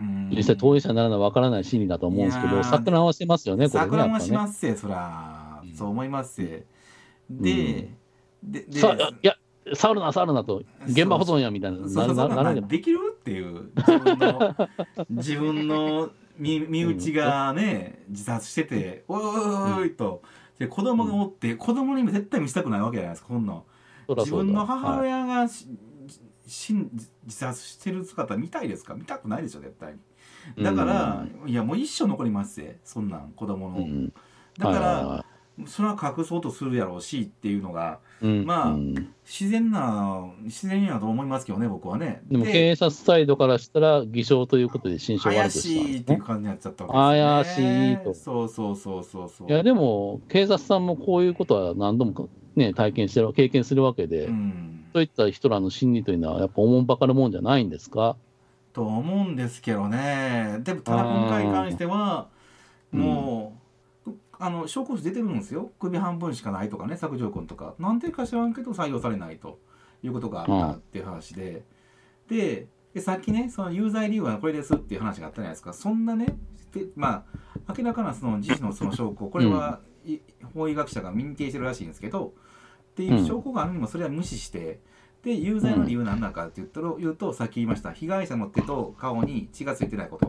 [SPEAKER 3] ん
[SPEAKER 2] 実際当事者にならないわからない心理だと思うんですけ
[SPEAKER 3] いや
[SPEAKER 2] ど、
[SPEAKER 3] ー
[SPEAKER 2] 錯乱はしてますよね、これね。
[SPEAKER 3] 錯乱はし
[SPEAKER 2] す。
[SPEAKER 3] ますせ、そら、
[SPEAKER 2] うん
[SPEAKER 3] そう思いますせ。で、で、で、
[SPEAKER 2] さいや、触るな、触るなと、現場保存やみたいな、
[SPEAKER 3] そ
[SPEAKER 2] な
[SPEAKER 3] うそ
[SPEAKER 2] な
[SPEAKER 3] う
[SPEAKER 2] なら
[SPEAKER 3] な
[SPEAKER 2] れ
[SPEAKER 3] ん
[SPEAKER 2] ば
[SPEAKER 3] できるっていう自分の自分の身身内がね自殺してて「おいおいおい」とで子供がおって子供にも絶対見せたくないわけじゃないですかこんなん
[SPEAKER 2] そら
[SPEAKER 3] 自
[SPEAKER 2] そうだ
[SPEAKER 3] 分の母
[SPEAKER 2] はい
[SPEAKER 3] 親がししん自殺してる姿見たいですか見たくないでしょ絶対にだからいやもう一生残りますぜそんなん子供
[SPEAKER 2] う
[SPEAKER 3] の
[SPEAKER 2] ん
[SPEAKER 3] だか
[SPEAKER 2] はいはい
[SPEAKER 3] ら
[SPEAKER 2] は
[SPEAKER 3] それは隠そうとするやろうしっていうのが
[SPEAKER 2] いうん
[SPEAKER 3] まあ
[SPEAKER 2] うん
[SPEAKER 3] 自然な自然やと思いますけどね僕はね
[SPEAKER 2] でも警察サイドからしたら偽証ということで心証悪
[SPEAKER 3] 怪
[SPEAKER 2] くしたん
[SPEAKER 3] しい
[SPEAKER 2] で
[SPEAKER 3] っ
[SPEAKER 2] す
[SPEAKER 3] てい
[SPEAKER 2] ね
[SPEAKER 3] う感じになっちゃったわけですね
[SPEAKER 2] 怪しいと
[SPEAKER 3] そうそうそうそうそう
[SPEAKER 2] いやでも警察さんもこういうことは何度もね体験してる経験するわけで、
[SPEAKER 3] うん
[SPEAKER 2] そういった人らの心理というのはやっぱおもんばかるもんじゃないんですか
[SPEAKER 3] と思うんですけどねでもただ今回に関しては
[SPEAKER 2] うん
[SPEAKER 3] もう、あの証拠書出てるんですよ首半分しかないとかね削除痕とかなんでか知らんけど採用されないということがあったっていう話で、ででさっきねその有罪理由はこれですっていう話があったじゃないですかそんなねてまあ、明らかなその自死のその証拠これは、い法医学者が認定してるらしいんですけどっていう証拠があるにもそれは無視してで有罪の理由なんだかって言ったら言うとさっき言いました被害者の手と顔に血がついてないこと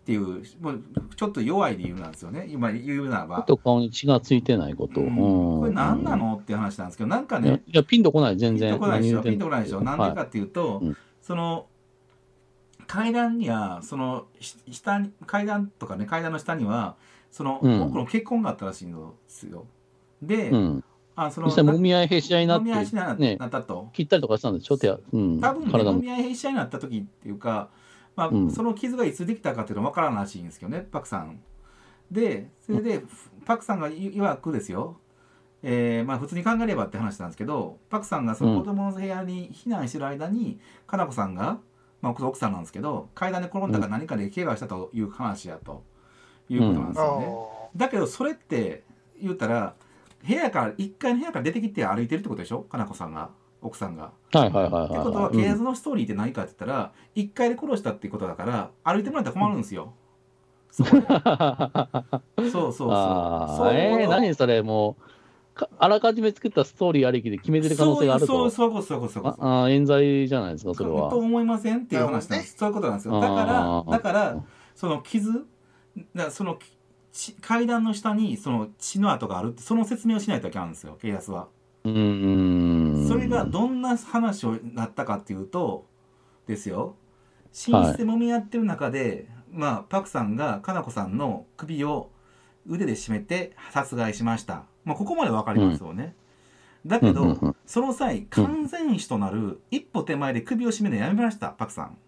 [SPEAKER 3] っていうもうちょっと弱い理由なんですよね今言うなら
[SPEAKER 2] 手
[SPEAKER 3] ば。
[SPEAKER 2] と顔に血がついてないこと。
[SPEAKER 3] うん
[SPEAKER 2] うん
[SPEAKER 3] これ何なのっていう話なんですけどなんか
[SPEAKER 2] いや
[SPEAKER 3] ね
[SPEAKER 2] いや、ピンとこない、全
[SPEAKER 3] ピン
[SPEAKER 2] 然。
[SPEAKER 3] とこないでしょ、
[SPEAKER 2] 何言うて
[SPEAKER 3] ピ
[SPEAKER 2] ん
[SPEAKER 3] ンとこないでしょ。なんでかっていうと、
[SPEAKER 2] うん
[SPEAKER 3] その階段にはそのし下に階段とかね階段の下にはその、
[SPEAKER 2] うん
[SPEAKER 3] 多くの結婚があったらしいんですよ。で、
[SPEAKER 2] はいうん。
[SPEAKER 3] あその
[SPEAKER 2] 実際、もみ合い閉じ合いにな
[SPEAKER 3] 飲み合い
[SPEAKER 2] っ、
[SPEAKER 3] してなな,、
[SPEAKER 2] ね、
[SPEAKER 3] ったと。
[SPEAKER 2] 切ったりとかしたんで、ちょっとや、うん、
[SPEAKER 3] 多分、ね、
[SPEAKER 2] 体
[SPEAKER 3] 飲
[SPEAKER 2] も。
[SPEAKER 3] み合いし合いになった時っていうか、まあ
[SPEAKER 2] うん
[SPEAKER 3] その傷がいつできたかっていうのは分からんらしいんですけどねパクさん。でそれでパクさんがいいわくですよ、えーまあ、普通に考えればって話なんですけどパクさんがその子供の部屋に避難してる間に、かなこさんが、まあ、奥さんなんですけど階段で転んだか何かで怪我したという話やということなんですよね。だけどそれって言ったら部屋から1階の部屋から出てきて歩いてるってことでしょかなこさんが奥さんが。
[SPEAKER 2] はいはいはい
[SPEAKER 3] って
[SPEAKER 2] はい
[SPEAKER 3] ことは
[SPEAKER 2] はい。
[SPEAKER 3] 警察のストーリーって何かって言ったら、一回で殺したってことだから歩いてもらったら困るんで すよ。そこでそうそうそう。
[SPEAKER 2] あ
[SPEAKER 3] そ
[SPEAKER 2] あ、
[SPEAKER 3] う
[SPEAKER 2] えー、何それ、もうか、あらかじめ作ったストーリーありきで決めてる可能性がある
[SPEAKER 3] そういう
[SPEAKER 2] と。
[SPEAKER 3] そうそういうことそういうことそういうこ
[SPEAKER 2] あ
[SPEAKER 3] と
[SPEAKER 2] あー、冤罪じゃないですか、それは
[SPEAKER 3] と。思いませんっていう話なん
[SPEAKER 1] なる
[SPEAKER 3] で
[SPEAKER 1] ほどね
[SPEAKER 3] す。そういうことなんですよ。だか
[SPEAKER 2] あ
[SPEAKER 3] ら
[SPEAKER 2] ー
[SPEAKER 3] だからその傷だその血階段の下にその血の跡があるってその説明をしないといけないんですよ警察は。
[SPEAKER 2] うーん。
[SPEAKER 3] それがどんな話をなったかっていうとですよ寝室で揉み合ってる中で、まあパクさんがかなこさんの首を腕で絞めて殺害しました、まあ、ここまでわかりますよね、だけど、
[SPEAKER 2] うんうんうん
[SPEAKER 3] その際完全死となる一歩手前で首を絞めるのやめましたパクさん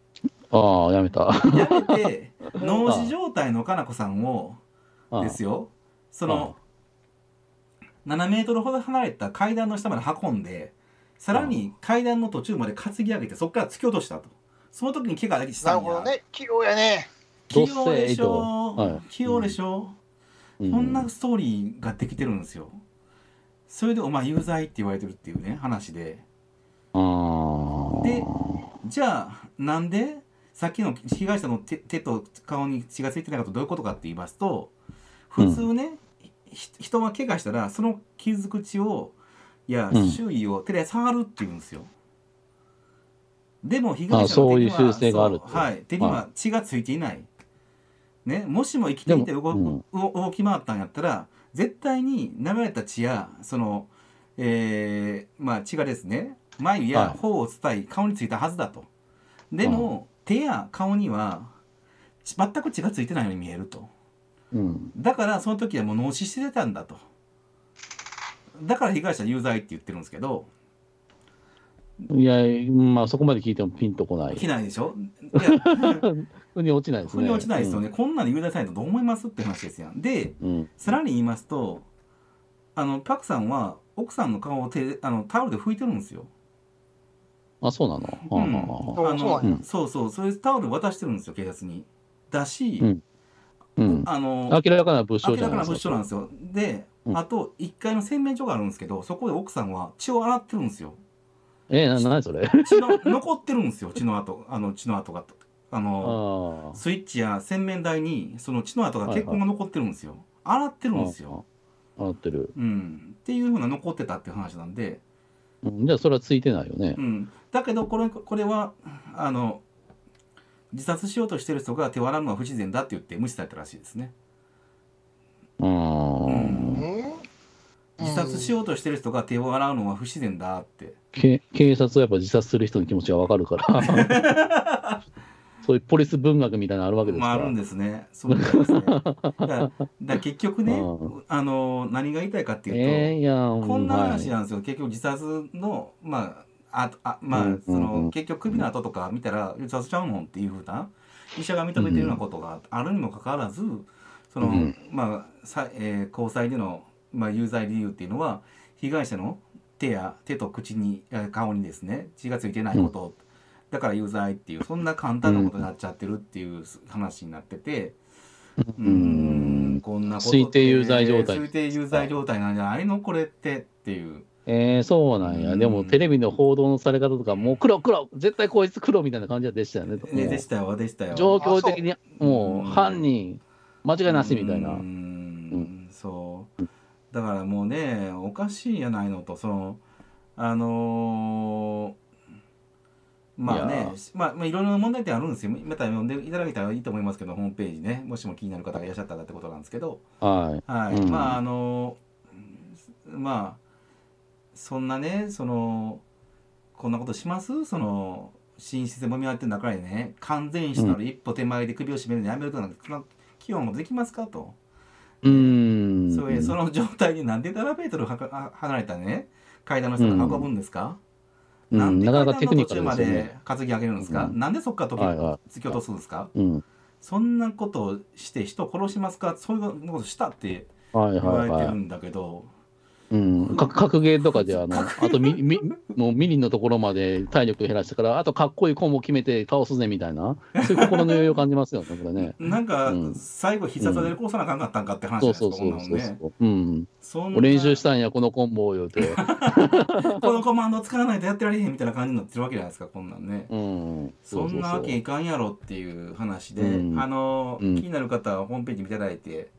[SPEAKER 2] ああ、やめた。
[SPEAKER 3] やめ て脳死状態のかなこさんを
[SPEAKER 2] あ
[SPEAKER 3] ですよその7メートルほど離れた階段の下まで運んでさらに階段の途中まで担ぎ上げてそこから突き落としたとその時に怪我し
[SPEAKER 1] な
[SPEAKER 3] た
[SPEAKER 1] る
[SPEAKER 3] ん
[SPEAKER 1] ほど
[SPEAKER 3] や
[SPEAKER 1] ね、器用やね。
[SPEAKER 3] 器用でし
[SPEAKER 2] どうせえ
[SPEAKER 3] ょ
[SPEAKER 2] えと
[SPEAKER 3] 器用でしょ
[SPEAKER 2] うん
[SPEAKER 3] こんなストーリーができてるんですよそれでお前有罪って言われてるっていうね話で
[SPEAKER 2] あー
[SPEAKER 3] でじゃあなんでさっきの被害者の手手と顔に血がついてないことどういうことかって言いますと普通ね、ひ人が怪我したらその傷口をいや、
[SPEAKER 2] うん
[SPEAKER 3] 周囲を手で触るっていうんですよ。でも被害
[SPEAKER 2] あ
[SPEAKER 3] 者
[SPEAKER 2] そ
[SPEAKER 3] の手
[SPEAKER 2] うい
[SPEAKER 3] に
[SPEAKER 2] う
[SPEAKER 3] は
[SPEAKER 2] 習性がある
[SPEAKER 3] そうはい、手には
[SPEAKER 2] は
[SPEAKER 3] 血がついていない。ね、もしも生きていて
[SPEAKER 2] で
[SPEAKER 3] 動,、
[SPEAKER 2] もうん
[SPEAKER 3] 動き回ったんやったら絶対に流れた血やその、えーまあ、血がですね眉や
[SPEAKER 2] はい
[SPEAKER 3] 頬を伝い顔についたはずだと。でも、手や顔にはち全く血がついてないように見えると。
[SPEAKER 2] うん
[SPEAKER 3] だからその時はもう脳死してたんだとだから被害者有罪って言ってるんですけど
[SPEAKER 2] いや、まあそこまで聞いてもピンとこない。
[SPEAKER 3] 来ないでしょいや
[SPEAKER 2] 腑に落ちないです
[SPEAKER 3] 腑
[SPEAKER 2] ね。
[SPEAKER 3] に落ちないですよね、こんなの有罪されたらどう思いますって話ですやんで
[SPEAKER 2] うん。うん。
[SPEAKER 3] さらに言いますとあのパクさんは奥さんの顔を手であのタオルで拭いてるんですよ
[SPEAKER 2] あ、そうなの。
[SPEAKER 3] うん
[SPEAKER 2] あー
[SPEAKER 1] あ
[SPEAKER 3] あの
[SPEAKER 1] そう
[SPEAKER 2] なんや
[SPEAKER 3] そうそうそれタオル渡してるんですよ警察にだし、
[SPEAKER 2] うんうん、
[SPEAKER 3] あの
[SPEAKER 2] 明らかな物証
[SPEAKER 3] 明
[SPEAKER 2] じゃ
[SPEAKER 3] ら
[SPEAKER 2] な
[SPEAKER 3] かな
[SPEAKER 2] で
[SPEAKER 3] い物
[SPEAKER 2] すか。
[SPEAKER 3] 証なんですよで、
[SPEAKER 2] うん
[SPEAKER 3] あと1階の洗面所があるんですけどそこで奥さんは血を洗ってるんですよ
[SPEAKER 2] えー、な、なにそれ。
[SPEAKER 3] 血の残ってるんですよ血の跡あの血の跡があ
[SPEAKER 2] あ
[SPEAKER 3] の
[SPEAKER 2] ー
[SPEAKER 3] スイッチや洗面台にその血の跡が血痕が残ってるんですよ、洗ってるんですよ、
[SPEAKER 2] あー合ってる。
[SPEAKER 3] うん、っていうふうな残ってたっていう話なんで、
[SPEAKER 2] うんじゃあ、それはついてないよね
[SPEAKER 3] う。ん、だけどこれこれはあの自殺しようとしてる人が手を洗うのは不自然だって言って無視されたらしいですね
[SPEAKER 2] う。
[SPEAKER 1] うんん
[SPEAKER 3] 自殺しようとしてる人が手を洗うのは不自然だって
[SPEAKER 2] け警察はやっぱ自殺する人の気持ちがわかるから。そういうポリス文学みたいなのあるわけです
[SPEAKER 3] ま
[SPEAKER 2] か
[SPEAKER 3] あ、あ
[SPEAKER 2] ら。
[SPEAKER 3] るんですね。そうみたいですね。だからだから結局ね、
[SPEAKER 2] う
[SPEAKER 3] あの何が言いたいかっていうと、
[SPEAKER 2] えー、いやー
[SPEAKER 3] こんな話
[SPEAKER 2] はい
[SPEAKER 3] なんですよ、結局自殺のまあああまあ、
[SPEAKER 2] うん
[SPEAKER 3] その、
[SPEAKER 2] うんうん
[SPEAKER 3] 結局首の跡とか見たら自殺ちゃうもんっていうふうな医者が認めてるようなことがあるにもかかわらずその、
[SPEAKER 2] うん
[SPEAKER 3] まあさ、えー交際での、まあ、有罪理由っていうのは被害者の手や手と口にえー顔にですね血がついてないこと、だから有罪っていうそんな簡単なことになっちゃってるっていう話になってて。うーんこんなことって
[SPEAKER 2] 推定有罪状態
[SPEAKER 3] 推定有罪状態なんじゃないのこれってっていう
[SPEAKER 2] えー、そうなんや、
[SPEAKER 3] うん
[SPEAKER 2] でもテレビの報道のされ方とか、もう黒、黒、絶対こいつ黒みたいな感じでしたよね。もう
[SPEAKER 3] ねでしたよでしたよ
[SPEAKER 2] 状況的にもう
[SPEAKER 3] うん
[SPEAKER 2] 犯人、間違いなしみたいな。
[SPEAKER 3] うーんそうだからもうねおかしいやないのとそのあのーまあ
[SPEAKER 2] い
[SPEAKER 3] ね
[SPEAKER 2] やー
[SPEAKER 3] まあ、まあいろいろな問題点あるんですよまた読んでいただけたらいいと思いますけどホームページねもしも気になる方がいらっしゃったらってことなんですけど
[SPEAKER 2] はい。
[SPEAKER 3] はい、
[SPEAKER 2] うん
[SPEAKER 3] まああのまあそんなねそのこんなことしますその寝室で揉み合ってる中でね完全死なる一歩手前で首を絞めるのやめるとなんかそんな器用もできますかと、
[SPEAKER 2] うーん。
[SPEAKER 3] そういうその状態になんで7メートルはかあ離れたね階段の下から運ぶんですか、
[SPEAKER 2] うん
[SPEAKER 3] なんで
[SPEAKER 2] なかなかテ
[SPEAKER 3] 階
[SPEAKER 2] ク
[SPEAKER 3] 段
[SPEAKER 2] ニ
[SPEAKER 3] の
[SPEAKER 2] カルで
[SPEAKER 3] 途中ます
[SPEAKER 2] よね
[SPEAKER 3] で。担ぎ上げるんですか、
[SPEAKER 2] うん
[SPEAKER 3] なんでそっから時
[SPEAKER 2] はいは
[SPEAKER 3] 突き落とすんですか
[SPEAKER 2] うん。
[SPEAKER 3] そんなことをして人殺しますかそういうことしたって
[SPEAKER 2] はい
[SPEAKER 3] 言わ
[SPEAKER 2] はい
[SPEAKER 3] れて
[SPEAKER 2] は
[SPEAKER 3] る
[SPEAKER 2] い。
[SPEAKER 3] んだけど、
[SPEAKER 2] うん。か格ゲーとかで、あの、あとみ、み、もうミリンのところまで体力減らしてから、あとかっこいいコンボ決めて倒すぜみたいな、そういう心の余裕を感じますよね、これね。
[SPEAKER 3] なんか、
[SPEAKER 2] うん
[SPEAKER 3] 最後必殺技でこうさな あかんかったんかって話じ
[SPEAKER 2] そ
[SPEAKER 3] ゃ
[SPEAKER 2] う
[SPEAKER 3] ない
[SPEAKER 2] そ
[SPEAKER 3] で
[SPEAKER 2] う
[SPEAKER 3] すか、
[SPEAKER 2] そうそうそう。
[SPEAKER 3] こんなのね
[SPEAKER 2] うん。
[SPEAKER 3] そんな
[SPEAKER 2] お練習したんや、このコンボを言うて。
[SPEAKER 3] このコマンド使わないとやってられへんみたいな感じになってるわけじゃないですかこんなんね
[SPEAKER 2] うん。
[SPEAKER 3] そんなわけ
[SPEAKER 2] う
[SPEAKER 3] いかんやろっていう話で、
[SPEAKER 2] うん
[SPEAKER 3] あの、
[SPEAKER 2] うん
[SPEAKER 3] 気になる方はホームページ見ていただいて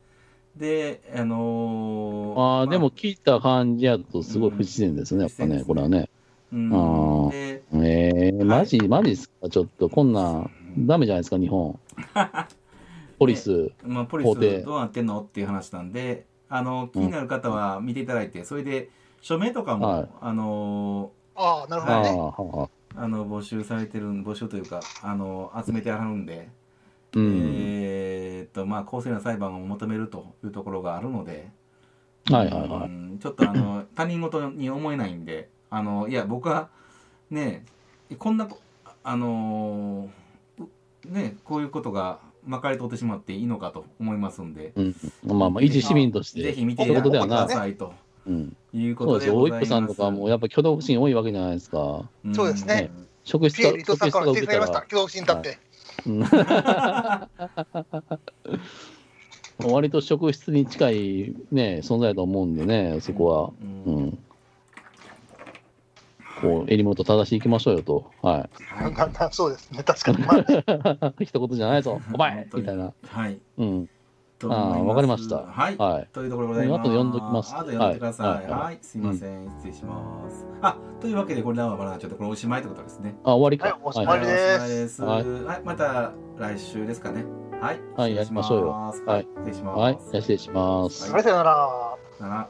[SPEAKER 3] であのー
[SPEAKER 2] ああ、
[SPEAKER 3] ま
[SPEAKER 2] でも聞いた感じやとすごい不自然ですね、やっぱね、これはね。
[SPEAKER 3] うん
[SPEAKER 2] あー
[SPEAKER 3] で
[SPEAKER 2] ええ
[SPEAKER 3] はい
[SPEAKER 2] マジ、マジですか、ちょっと、こんなん、ダメじゃないですか、日 本。ポリス。
[SPEAKER 3] まあ、ポリ
[SPEAKER 2] 法廷
[SPEAKER 3] スどうなってんのっていう話なんであの気になる方は見ていただいてそれで署名とかも、
[SPEAKER 2] はい
[SPEAKER 3] あのー
[SPEAKER 1] ああ、なるほ
[SPEAKER 2] あ
[SPEAKER 1] ど
[SPEAKER 2] あ
[SPEAKER 1] ね。
[SPEAKER 2] はあ、
[SPEAKER 3] あの募集されてる募集というかあの集めてあるんで、
[SPEAKER 2] うん。
[SPEAKER 3] えーっとまあ公正な裁判を求めるというところがあるので、
[SPEAKER 2] はいはいは
[SPEAKER 3] う
[SPEAKER 2] い。
[SPEAKER 3] んちょっと あの他人事に思えないんであのいや僕はねこんなこあのうねこういうことがまかり通ってしまっていいのかと思いますんで、
[SPEAKER 2] うん、まあまあ、一市民として。
[SPEAKER 3] ぜひ見て
[SPEAKER 2] そうい
[SPEAKER 3] いう
[SPEAKER 2] こ
[SPEAKER 3] た
[SPEAKER 2] とだよ
[SPEAKER 3] だいてく
[SPEAKER 2] な
[SPEAKER 3] だ。さいと
[SPEAKER 2] うん、
[SPEAKER 3] いうこ
[SPEAKER 2] そう
[SPEAKER 3] と
[SPEAKER 2] で
[SPEAKER 3] です
[SPEAKER 2] よ。
[SPEAKER 3] ご
[SPEAKER 2] 大
[SPEAKER 3] ざい
[SPEAKER 2] 一さん
[SPEAKER 3] ます。
[SPEAKER 2] とかも、やっぱ挙動不審多いわけじゃないですか。
[SPEAKER 3] ん
[SPEAKER 1] そうですね。
[SPEAKER 2] 職質
[SPEAKER 1] ピエリ
[SPEAKER 2] か
[SPEAKER 1] とさんから訂
[SPEAKER 2] 職質
[SPEAKER 1] 正されました。教師に立って。
[SPEAKER 2] うん割と職質に近い、ね、存在だと思うんでね、そこ
[SPEAKER 3] うん
[SPEAKER 2] は。うん。こう、襟元正していきましょうよと。は
[SPEAKER 3] はい
[SPEAKER 1] そうですね、確かに。まあ
[SPEAKER 2] い。一言じゃないぞ。お前
[SPEAKER 3] 本当に
[SPEAKER 2] みたいな。
[SPEAKER 3] はい。
[SPEAKER 2] うん。
[SPEAKER 3] と思いま
[SPEAKER 2] あ
[SPEAKER 3] す
[SPEAKER 2] ーわかりました
[SPEAKER 3] はい。
[SPEAKER 2] はい。
[SPEAKER 3] というところでございます。
[SPEAKER 2] あと読んどきます
[SPEAKER 3] あと読んでください。は。
[SPEAKER 2] はいい
[SPEAKER 3] はい
[SPEAKER 2] はい
[SPEAKER 3] すいません、失礼します。あ、というわけで、これらはまだちょっとこれおしまいってことですね。
[SPEAKER 2] あ、終わりか。
[SPEAKER 1] はいおしまい
[SPEAKER 2] は
[SPEAKER 1] り
[SPEAKER 2] い
[SPEAKER 1] です
[SPEAKER 3] はいおしまいです。
[SPEAKER 2] は
[SPEAKER 3] はいい、また来週ですかね。はい。
[SPEAKER 2] はい
[SPEAKER 3] 失礼
[SPEAKER 2] やりましょうよ
[SPEAKER 3] ます
[SPEAKER 2] はい
[SPEAKER 3] 失礼します。
[SPEAKER 2] はい、じゃあ失礼します。
[SPEAKER 1] さよなら。
[SPEAKER 3] さよなら。